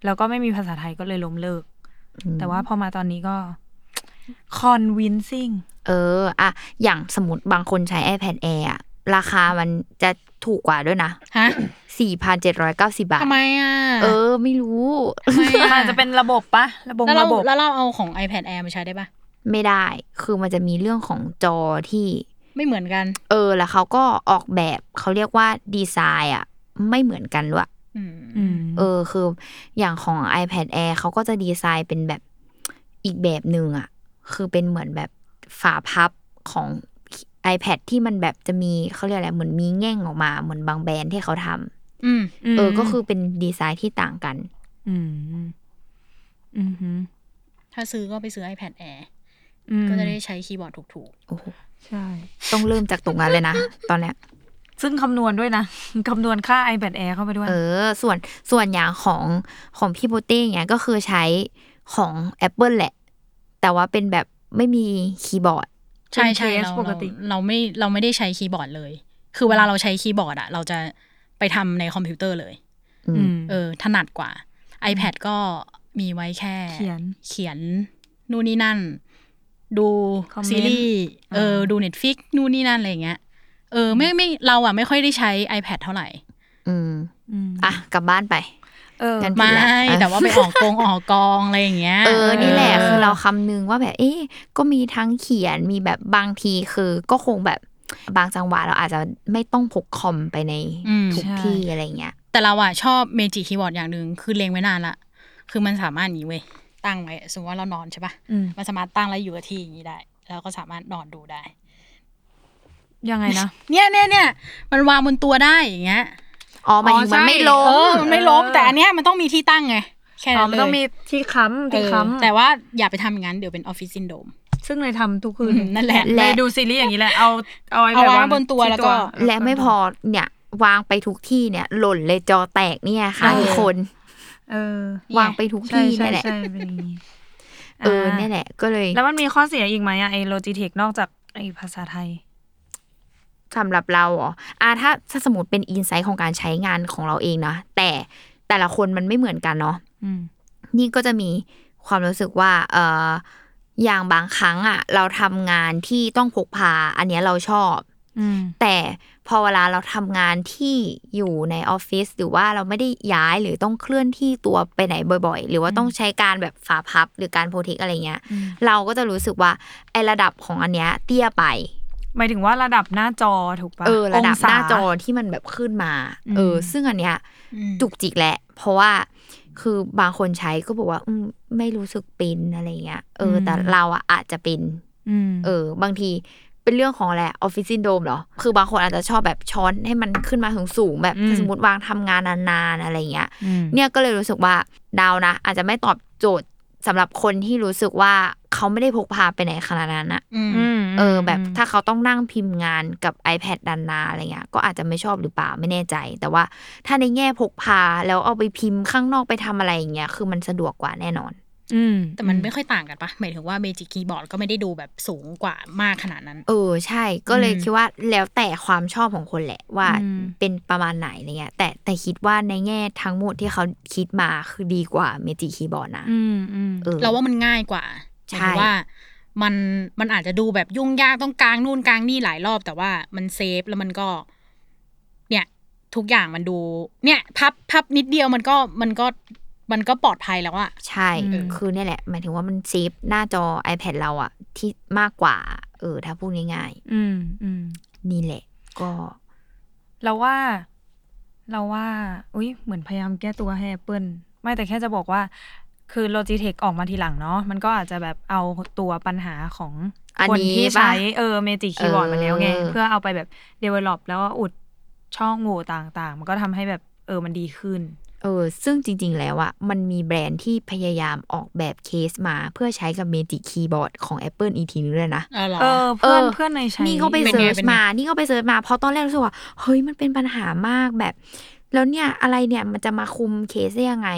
Speaker 3: แล้วก็ไม่มีภาษาไทยก็เลยล้มเลิก
Speaker 1: ๆอืม
Speaker 3: แต่ว่าพอมาตอนนี้ก็ convincing
Speaker 1: เอออะอย่างสมมติบางคนใช้ iPad Air อะราคามันจะถูกกว่าด้วยนะ
Speaker 2: ฮะ
Speaker 1: 4,790 บาท
Speaker 2: ทำไมอ่ะ
Speaker 1: เออ ไม่รู้
Speaker 2: ทำไมอ่
Speaker 3: มันจะเป็นระบบปะระบบ
Speaker 2: แล้วเรา
Speaker 3: ระบบ
Speaker 2: แล้วเราเอาของ iPad Air มาใช้ได้ปะ
Speaker 1: ไม่ได้ คือมันจะมีเรื่องของจอที่
Speaker 2: ไม่เหมือนกัน
Speaker 1: เออ แล้วเขาก็ออกแบบเขาเรียกว่าดีไซน์อะไม่เหมือนกันด้วย
Speaker 2: อืม
Speaker 3: อืม
Speaker 1: เออคืออย่างของ iPad Air เขาก็จะดีไซน์เป็นแบบอีกแบบหนึ่งอะคือเป็นเหมือนแบบฝาพับของ iPad ที่มันแบบจะมีเขาเรียกอะไรเหมือนมีแง่งออกมาเหมือนบางแบรนด์ที่เขาทำ
Speaker 2: อืม
Speaker 1: เออก็คือเป็นดีไซน์ที่ต่างกัน
Speaker 3: อืมอืมอืม
Speaker 2: ถ้าซื้อก็ไปซื้อ iPad Air
Speaker 3: อืม
Speaker 2: ก็จะได้ใช้คีย์บอร์ดถูก
Speaker 1: โอ้โห
Speaker 3: ใช่
Speaker 1: ต้องเริ่มจากตรงนั้นเลยนะ ตอนเนี้ย
Speaker 3: ซึ่งคำนวณด้วยนะ คำนวณค่า iPad Air เข้าไปด้วย
Speaker 1: เออ ส่วนส่วนอย่างของของพี่โบเต้เนี่ยก็คือใช้ของ Apple แหละ แต่ว่าเป็นแบบไม่มีคีย์บอร์ด
Speaker 2: ใช่ใช่
Speaker 3: เป็นเคส
Speaker 2: เรา
Speaker 3: ปกติ
Speaker 2: เราเราไม่เราไม่ได้ใช้คีย์บอร์ดเลย คือเวลาเราใช้คีย์บอร์ดอะเราจะไปทำในคอมพิวเตอร์เลย
Speaker 1: อืม
Speaker 2: เออถนัดกว่า iPad ก็มีไว้แค่
Speaker 3: เขียน
Speaker 2: เขียนนู่นนี่นั่น ดู
Speaker 3: Comment
Speaker 2: ซีรีส์เออดู Netflix นู่นนี่นั่นอะไรอย่างเงี้ยเออไม่ไม่เราอะไม่ค่อยได้ใช้ iPad เท่าไหร่
Speaker 1: อืม
Speaker 3: อืม
Speaker 1: อ่ะกลับบ้านไป
Speaker 3: เออ
Speaker 1: งั้น
Speaker 2: ไม่
Speaker 1: แหละอ่ะ
Speaker 2: แต่ว่าไปออกกองออกกองอะไรอย่างเงี้ย
Speaker 1: เออ นี่แหละ
Speaker 2: เออ
Speaker 1: คือเราคำนึงว่าแบบ เอ๊ะก็มีทั้งเขียนมีแบบบางทีคือก็คงแบบบางจังหวะเราอาจจะไม่ต้องพกคอมไปใน
Speaker 2: อืม
Speaker 1: ทุก
Speaker 3: ใช่
Speaker 1: ที่อะไรเงี้ย
Speaker 2: แต่เราอะชอบเมจิคีย์บอร์ดอย่างหนึ่งคือเลงไว้นานละ คือมันสามารถอย่างนี้เว้ยตั้งไว้สมมติว่าเรานอนใช่ปะ
Speaker 3: อืม
Speaker 2: มันสามารถตั้งแล้วอยู่กับที่อย่างนี้ได้ แล้วก็สามารถนอนดูได้
Speaker 3: ยังไงนะ
Speaker 2: เนี่ยเนี่ยเนี่ยมันวางบนตัวได้อย่างเงี้ย
Speaker 1: อ๋อหมายถึงมันไม่ล
Speaker 2: เออง มันไม่ล้ม
Speaker 3: เออ
Speaker 2: แต่อันเนี้ยมันต้องมีที่ตั้งไงแค่
Speaker 3: อ๋อ
Speaker 2: นั้น
Speaker 3: มั
Speaker 2: เล
Speaker 3: น
Speaker 2: ย
Speaker 3: ต้องมีที่ค้ำ
Speaker 2: เอ
Speaker 3: ที่
Speaker 2: อ
Speaker 3: ค้ำ
Speaker 2: แต่ว่าอย่าไปทำอย่างนั้นเดี๋ยวเป็นออฟฟิศซินโดม
Speaker 3: ซึ่งเลยทำทุกคืน
Speaker 2: นั่นแหละ
Speaker 3: เลยดูซีรีส์อย่างนี้แหละ เอาเอาไอ้
Speaker 2: เอา
Speaker 3: แบบ
Speaker 2: วางบนตัว
Speaker 3: ที่
Speaker 2: แล้วก็
Speaker 1: และไม่พอเนี่ยวางไปทุกที่เนี่ย หล่นเลยจอแตกเนี่ยค่ะ
Speaker 2: เออ
Speaker 1: ทุกคน
Speaker 3: เออ
Speaker 1: วางไปทุก
Speaker 3: ใช่
Speaker 1: ที่
Speaker 3: ใช่
Speaker 1: เนี่ยแหละ
Speaker 3: ใช่เป็นอย่างนี้
Speaker 1: เออ
Speaker 3: อ่า
Speaker 1: เนี่ยแหละ ก็เลย
Speaker 3: แล้วมันมีข้อเสียอีกไหมอะไอ้โลจิเทคนอกจากไอ้ภาษาไทย
Speaker 1: สำหรับเราอ๋ออ่ะถ้าถ้าสมมติเป็นอินไซต์ของการใช้งานของเราเองนะแต่แต่ละคนมันไม่เหมือนกันเนาะ
Speaker 3: อืม
Speaker 1: นี่ก็จะมีความรู้สึกว่าเอออย่างบางครั้งอ่ะ เราทำงานที่ต้องพกพา อันเนี้ยเราชอบ
Speaker 3: อืม
Speaker 1: แต่พอเวลาเราทำงานที่อยู่ในออฟฟิศหรือว่าเราไม่ได้ย้ายหรือต้องเคลื่อนที่ตัวไปไหนบ่อยๆ หรือว่าต้องใช้การแบบฝาพับหรือการโพเทคอะไรเงี้ย
Speaker 3: อืม
Speaker 1: เราก็จะรู้สึกว่าไอระดับของอันเนี้ยเตี้ยไป
Speaker 3: หมายถึงว่าระดับหน้าจอถูกปะ
Speaker 1: เออระดับ
Speaker 3: งศ
Speaker 1: หน้าจอที่มันแบบขึ้นมา เออ
Speaker 3: อืม
Speaker 1: ซึ่งอันเนี้ย
Speaker 2: อืม
Speaker 1: จุกจิกแหละ เพราะว่าคือบางคนใช้ก็บอกว่าอืมไม่รู้สึกเป็นอะไรเงี้ยเอออ
Speaker 3: ม
Speaker 1: แต่เราอะอาจจะเป็น
Speaker 3: อืม
Speaker 1: เออบางทีเป็นเรื่องของแหละออฟฟิศซินโดมเหรอ คือบางคนอาจจะชอบแบบช้อนให้มันขึ้นมาถึงสูงๆแบบถ้าสมมติวางทำงานนานๆอะไรเงี้ย
Speaker 3: ม
Speaker 1: เนี่ยก็เลยรู้สึกว่าดาวนะ อาจจะไม่ตอบโจทย์สำหรับคนที่รู้สึกว่าเขาไม่ได้พกพาไปไหนขนาดนั้นอะ
Speaker 2: อืม
Speaker 3: อืม
Speaker 1: เออ แบบถ้าเขาต้องนั่งพิมพ์งานกับ iPad ดันนาอะไรเงี้ย ก็อาจจะไม่ชอบหรือเปล่าไม่แน่ใจ แต่ว่าถ้าในแง่พกพาแล้วเอาไปพิมพ์ข้างนอกไปทำอะไรอย่างเงี้ยคือมันสะดวกกว่าแน่นอน
Speaker 3: อืม
Speaker 2: แต่มันไม่ค่อยต่างกันปะหมายถึงว่าเมจิคีย์บอร์ดก็ไม่ได้ดูแบบสูงกว่ามากขนาดนั้น
Speaker 1: เออใช่ ก็เลยคิดว่าแล้วแต่ความชอบของคนแหละว่า
Speaker 3: อืม
Speaker 1: เป็นประมาณไหนอะไรเงี้ย แต่แต่คิดว่าในแง่ทั้งหมดที่เขาคิดมาคือดีกว่าเมจิคีย์บอร์ดนะ
Speaker 3: อืมอืม
Speaker 1: เออ
Speaker 2: เราว่ามันง่ายกว่า
Speaker 1: ใช่
Speaker 2: หมายถึงว่ามันมันอาจจะดูแบบยุ่งยากต้องกางนู่นกางนี่หลายรอบ แต่ว่ามันเซฟแล้วมันก็ เนี่ย ทุกอย่างมันดู เนี่ย พับพับนิดเดียวมันก็มันก็มันก็ปลอดภัยแล้วอะ
Speaker 1: ใช่
Speaker 2: เออ
Speaker 1: คือเนี่ยแหละ หมายถึงว่ามันเซฟหน้าจอ iPad เราอะที่มากกว่า เออ ถ้าพูดง่าย
Speaker 3: อืมอืม
Speaker 1: ๆ นี่แหละ ก็
Speaker 3: เราว่า เราว่า อุ้ยเหมือนพยายามแก้ตัวให้ Apple ไม่แต่แค่จะบอกว่า คือ Logitech ออกมาทีหลังเนาะมันก็อาจจะแบบเอาตัวปัญหาของ
Speaker 1: อัน
Speaker 3: คน
Speaker 1: นี้
Speaker 3: ที่
Speaker 1: ปะ
Speaker 3: ใช้เออเมจิคีย์บอร์ดมาแล้วไง
Speaker 1: เออ
Speaker 3: เพื่อเอาไปแบบ develop แล้วก็อุดช่องโหว่ต่างๆ มันก็ทำให้แบบเออมันดีขึ้น
Speaker 1: เออ ซึ่งจริง ๆ แล้วอะมันมีแบรนด์ที่พยายามออกแบบเคสมาเพื่อใช้กับเมจิคีย์บอร์ดของ Apple อีกทีนึงด้วยนะ
Speaker 2: เออเหรอ
Speaker 3: เออเพื่อน
Speaker 1: เออ
Speaker 3: เพื่อนในใช้
Speaker 1: นี่เขาไป
Speaker 2: เป็นไง
Speaker 1: เซิร์ช
Speaker 2: เป็นไง
Speaker 1: มา นี่เขาไปเซิร์ชมา เพราะตอนแรกรู้สึกว่า เฮ้ย มันเป็นปัญหามากแบบ แล้วเนี่ยอะไรเนี่ย มันจะมาคุมเคสได้ยังไง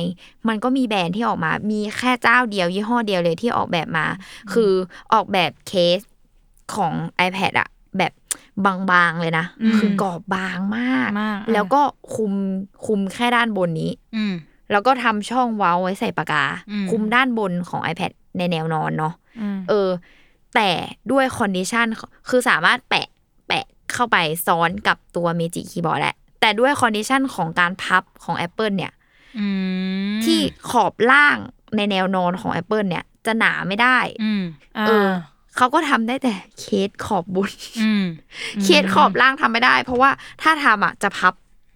Speaker 1: มันก็มีแบรนด์ที่ออกมา มีแค่เจ้าเดียว ยี่ห้อเดียวเลยที่ออกแบบมา คือออกแบบเคสของ iPad อะแบบบางๆเลยนะ
Speaker 3: ม
Speaker 1: คือกรอบบางมาก
Speaker 3: มาก
Speaker 1: แล้วก็คุมคุมแค่ด้านบนนี้
Speaker 2: อืม
Speaker 1: แล้วก็ทำช่องเว้าไว้ใส่ปากกา
Speaker 2: อืม
Speaker 1: คุมด้านบนของ iPad ในแนวนอนเนาะ
Speaker 3: อืม
Speaker 1: เออแต่ด้วยคอนดิชันคือสามารถแปะแปะเข้าไปซ้อนกับตัวเมจิคีย์บอร์ดแหละแต่ด้วยคอนดิชันของการพับของ Apple เนี่ย
Speaker 2: อืม
Speaker 1: ที่ขอบล่างในแนวนอนของ Apple เนี่ย จะหนาไม่ได้
Speaker 2: อืม
Speaker 3: อ่า
Speaker 1: เออ เขาก็ทำได้แต่เคสขอบบน
Speaker 2: อืม
Speaker 1: เคสขอบล่างทำไม่ได้ เพราะว่าถ้าทำอ่ะจะพับ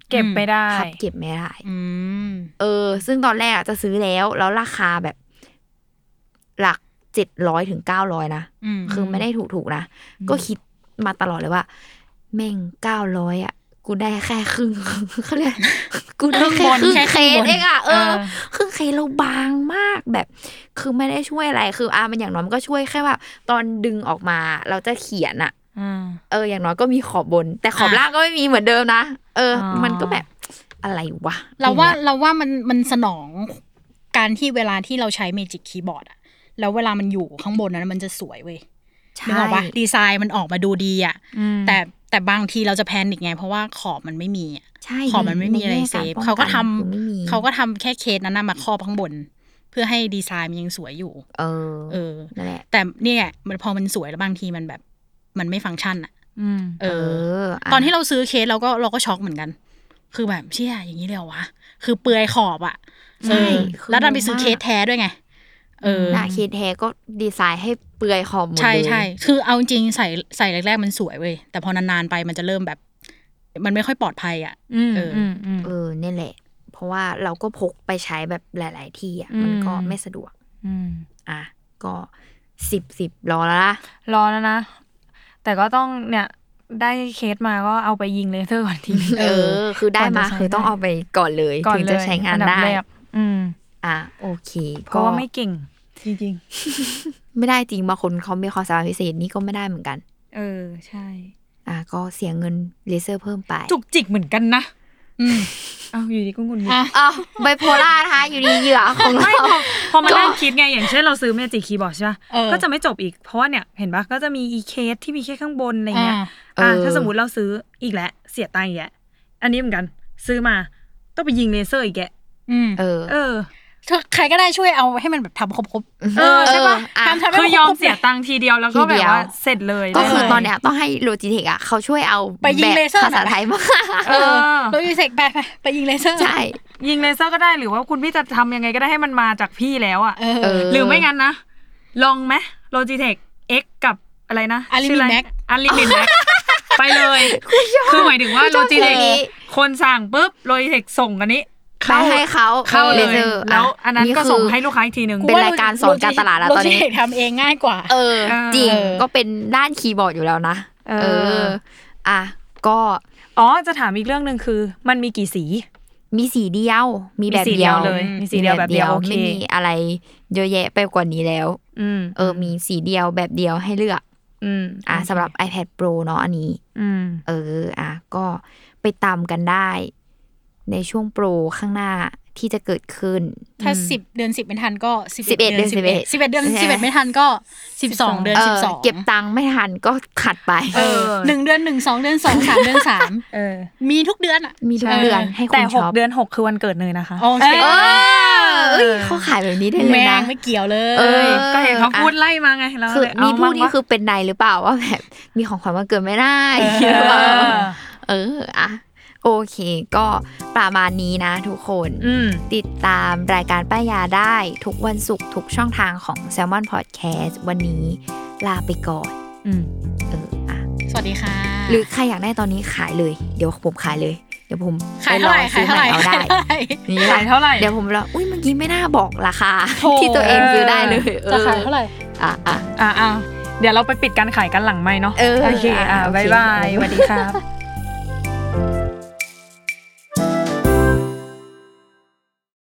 Speaker 3: เก็บไปได้
Speaker 1: พับเก็บไม่ได้
Speaker 2: อืม
Speaker 1: เออ ซึ่งตอนแรกอะจะซื้อแล้ว แล้วราคาแบบ หลักเจ็ดร้อยถึงเก้าร้อยนะ
Speaker 2: อืม
Speaker 1: คือไม่ได้ถูกถูกๆนะ ก็คิดมาตลอดเลยว่า แม่งเก้าร้อยอ่ะ กูได้แค่ครึ่ง เขาเรียกกูได้แค่ครึ่งเคสเองอ่ะเออ ครึ่งเคสเราบางมากแบบ คือไม่ได้ช่วยอะไร คืออ่ะมันอย่างน้อยมันก็ช่วยแค่ว่า ตอนดึงออกมาเราจะเขียนอ่ะ
Speaker 3: อ่า
Speaker 1: เออ อย่างน้อยก็มีขอบบน แต่ขอบ
Speaker 2: อ่ะ
Speaker 1: ล่างก็ไม่มีเหมือนเดิมนะ เออ
Speaker 3: อ๋อ
Speaker 1: มันก็แบบอะไรวะ
Speaker 2: เราว่า
Speaker 1: อย่งงี้ย
Speaker 2: เราว่ามันมันสนองการที่เวลาที่เราใช้เมจิกคีย์บอร์ดอะ แล้วเวลามันอยู่ข้างบนนั้นมันจะสวยเว้ยนึก
Speaker 1: ใช่
Speaker 2: ออกปะดีไซน์มันออกมาดูดีอ่ะ
Speaker 3: อืม
Speaker 2: แต่แต่บางทีเราจะแพนิกไง เพราะว่าขอบมันไม่มีอะ
Speaker 1: ใช่
Speaker 2: ของมันไม่มีอะไร
Speaker 1: ในแง่
Speaker 2: เซฟ
Speaker 1: ป้อง
Speaker 2: เขาก็
Speaker 1: น
Speaker 2: ทำ
Speaker 1: คือไม่มี
Speaker 2: เขาก็ทำแค่เคสนั้นนะมาครอบข้างบน เพื่อให้ดีไซน์มันยังสวยอยู่
Speaker 1: เออ
Speaker 2: เออ
Speaker 1: นั่นแหละ
Speaker 2: แต่เนี่ยมันพอมันสวยแล้วบางทีมันแบบ มันไม่ฟังก์ชันอะ
Speaker 3: อืม
Speaker 2: เออ
Speaker 1: ะ
Speaker 2: ตอนที่เราซื้อเคสเราก็เราก็ช็อกเหมือนกัน คือแบบเชี่ยอย่างนี้เลยเหรอวะ คือเปลือยขอบอะ
Speaker 1: ใช่
Speaker 2: เออ
Speaker 1: คื
Speaker 2: แล้วดันไปซื้อ
Speaker 1: มาก
Speaker 2: เคสแท้ด้วยไง เออ
Speaker 1: หน้าเคสแท้ก็ดีไซน์ให้เปลือยขอบหมดเลย
Speaker 2: ใช่ใช่ คือเอาจริงๆใส่ใส่แรกๆมันสวยเว้ย แต่พอนานๆไปมันจะเริ่มแบบ มันไม่ค่อยปลอดภัยอะ
Speaker 3: อืม
Speaker 2: เอออื
Speaker 3: อืมอืม
Speaker 1: เออนี่แหละ เพราะว่าเราก็พกไปใช้แบบหลาย ๆ ที่อ่ะมันก็
Speaker 3: อืม
Speaker 1: ไม่สะดวก
Speaker 3: อืม
Speaker 1: อ่ะก็สิบสิบรอแล้วนะ
Speaker 3: รอแล้วนะ แต่ก็ต้องเนี่ยได้เคสมาก็เอาไปยิงเลเซอร์ก่อนที
Speaker 1: เออ คือได้มา
Speaker 3: ก่อนจะใช้
Speaker 1: คือต้องเอาไปก่อนเลย
Speaker 3: ก่อน
Speaker 1: ถึง
Speaker 3: เล
Speaker 1: จะ
Speaker 3: ย
Speaker 1: ใช้งาน
Speaker 3: อัดับ
Speaker 1: ได้
Speaker 3: แรกอืม
Speaker 1: อ่ะโอเค
Speaker 3: เพราะว่าไม่เก่ง จริง
Speaker 1: ไม่ได้จริงบางคนเขามีความสามารถพิเศษนี่ก็ไม่ได้เหมือนกัน
Speaker 3: ๆ เออใช่
Speaker 1: อ่ะก็เสียเงินเลเซอร์เพิ่มไป
Speaker 3: จุกจิกเหมือนกันนะ
Speaker 2: อืม
Speaker 3: เอาอยู่ดีก็งุนงง
Speaker 2: อ่ะ
Speaker 1: อ้าวไบโพล่านะคะอยู่ในเหยื่อของเรา
Speaker 3: ไม่พอพอมานั่งคิดไง อย่างเช่นเราซื้อเมจิคีย์บอร์ดใช่ปะ
Speaker 2: เออ
Speaker 3: ก็จะไม่จบอีก เพราะว่าเนี่ยเห็นปะก็จะมีอีเคสที่มีแค่ข้างบนอะไรเงี้ย
Speaker 2: อ่า
Speaker 1: เอออ่
Speaker 3: อ่ะถ้าสมมติเราซื้ออีกแล้วเสียตังค์อีกแล้วอันนี้เหมือนกัน ซื้อมาต้องไปยิงเลเซอร์อีกแกะ
Speaker 2: อืม
Speaker 1: เออ
Speaker 3: เออ
Speaker 2: ใครก็ได้ช่วยเอาให้มันแบบทำครบ
Speaker 3: เออใช่ปะ
Speaker 2: ๆทำทำให้
Speaker 3: คือยอม
Speaker 2: รบๆ
Speaker 3: เสียตังค์ทีเดียวแล้วก็
Speaker 1: ที
Speaker 3: แบ
Speaker 1: เดี
Speaker 3: บ
Speaker 1: ยว
Speaker 3: ว่าเสร็จเลย
Speaker 1: ก็คือ
Speaker 3: ได้ล
Speaker 1: ตอนเนี้ยต้องให้โลจิเทคอ่ะเขาช่วยเอา
Speaker 2: ไปยิง
Speaker 1: แบบ
Speaker 2: เลเซอร์
Speaker 1: ภาษาไทยมา
Speaker 3: เออ
Speaker 2: โดยเสกไปไปไปยิงเลเซอร์
Speaker 1: ใช่
Speaker 3: ยิงเลเซอร์ก็ได้หรือว่าคุณพี่จะทำยังไงก็ได้ให้มันมาจากพี่แล้วอ่ะ
Speaker 2: เอ
Speaker 1: เอ
Speaker 2: อ
Speaker 1: อ
Speaker 3: หรือไม่งั้นนะ ลองไหมโลจิเทค X กับอะไรนะ
Speaker 2: Unlimited
Speaker 3: ชื่ะไร
Speaker 2: Mac
Speaker 3: Unlimited Mac ไปเลย คือหมายถึงว่า
Speaker 1: ช
Speaker 3: โล
Speaker 1: อบ
Speaker 3: จิ
Speaker 1: สี
Speaker 3: เทค
Speaker 1: นี้
Speaker 3: คนสั่งปุ๊บโลจิเทคส่งอันนี้
Speaker 1: ไป
Speaker 3: เข้า
Speaker 1: ให้เขา
Speaker 3: เข้าเล
Speaker 1: เลย เซอร์ะ
Speaker 3: แล้วอันนั้นก็ส่งให้ลูกค้าอีกทีหนึ่ง
Speaker 1: เป็นรายการสอนการตลาดแล้วตอนนี้
Speaker 2: โจิเทคทำเองง่ายกว่า
Speaker 1: เออ
Speaker 3: เออ
Speaker 1: จริง
Speaker 2: เออ
Speaker 1: ก็เป็นด้านคีย์บอร์ดอยู่แล้วนะ
Speaker 3: เออ
Speaker 1: เออ อ่ะ ก็
Speaker 3: อ๋อจะถามอีกเรื่องหนึ่งคือ มันมีกี่สี
Speaker 1: มีสีเดียว มีแบบ
Speaker 3: มีสี
Speaker 1: เดี
Speaker 3: เดี
Speaker 1: ย
Speaker 3: ยว วเลยมีสีเดียวแบบเดียวโอเค
Speaker 1: ไม่มีอะไรเยอะแยะไปกว่านี้แล้ว
Speaker 3: อืม
Speaker 1: เออ มีสีเดียวแบบเดียวให้เลือก
Speaker 3: อืม
Speaker 1: อ่ะสำหรับ iPad Pro เนาะอันนี้
Speaker 3: อืม
Speaker 1: เออ อ่ะ ก็ไปตามกันได้ ในช่วงโปรข้างหน้าที่จะเกิดขึ้น
Speaker 2: ถ้าสิบเดือนสิบไม่ทันก็สิบ
Speaker 1: 11เดือน11
Speaker 2: สิบเอ็ดเดือน
Speaker 1: ใช่
Speaker 2: สิบ
Speaker 1: ไหม
Speaker 2: เอ็ดไม่ทันก็สิบสองเดือน
Speaker 1: เอ
Speaker 2: สิบ
Speaker 1: อ
Speaker 2: สอง
Speaker 1: เก็บตังค์ไม่ทันก็ขัดไป
Speaker 2: เออหนึ่งเดือนหนึ่งสองเดือนสองสามเดือนสาม
Speaker 3: เออ
Speaker 2: มีทุกเดือนอ่ะ
Speaker 1: มีทุก
Speaker 2: ใช่
Speaker 1: เดือนให้ค
Speaker 3: แต่
Speaker 1: น
Speaker 3: ห
Speaker 1: ช็
Speaker 3: ก
Speaker 1: อป
Speaker 3: เดือนหกคือวันเกิดเนยนะคะ
Speaker 2: โอเค
Speaker 1: เออเอ้ยเขาขายแบบนี้ได้เลย
Speaker 2: แม่
Speaker 1: นะ
Speaker 2: งไม่เกี่ยวเลย
Speaker 1: เออ
Speaker 3: ก็เห็นเขาพูดไล่มาไงเรา
Speaker 1: คือ
Speaker 3: เลย
Speaker 1: มี
Speaker 3: เอา
Speaker 1: ผู้
Speaker 3: มั่ง
Speaker 1: นี่
Speaker 3: วะ
Speaker 1: คือเป็นในหรือเปล่าว่าแบบมีของขวัญวันเกิดไม่ได้
Speaker 3: เออ
Speaker 1: เอออะโอเคก็ประมาณนี้นะทุกคน
Speaker 3: อืม
Speaker 1: ติดตามรายการป้ายาได้ทุกวันศุกร์ทุกช่องทางของ Salmon Podcast วันนี้ลาไปก่อน
Speaker 3: อืม
Speaker 1: เอออะ
Speaker 2: สวัสดีค่ะ
Speaker 1: หรือใครอยากได้ตอนนี้ขายเลย เดี๋ยวผมขายเลย เดี๋ยวผม
Speaker 2: ขายเท่าไหร่
Speaker 1: ซื้
Speaker 2: ขาย
Speaker 1: อให
Speaker 2: เท่าไห
Speaker 1: ม่
Speaker 2: ร่
Speaker 1: เอาได้
Speaker 2: ขายเท่าไหร่
Speaker 1: นี่
Speaker 3: ขายเท่าไหร่
Speaker 1: เดี๋ยวผมรออุ้ยเมื่อกี้ไม่น่าบอกราคา
Speaker 2: โถ่
Speaker 1: ที่ตัวเองซื้อได้เลยเอ
Speaker 2: จะ
Speaker 1: อ
Speaker 2: ขายเท่าไหร่
Speaker 1: อ่ะอ่ะ
Speaker 3: อ่าเดี๋ยวเราไปปิดการขายกันหลังไม่เนาะ
Speaker 1: เออ
Speaker 3: โอเค อ่า
Speaker 1: อ่ะโอเค
Speaker 3: บ๊ายบายสวัสดีครับ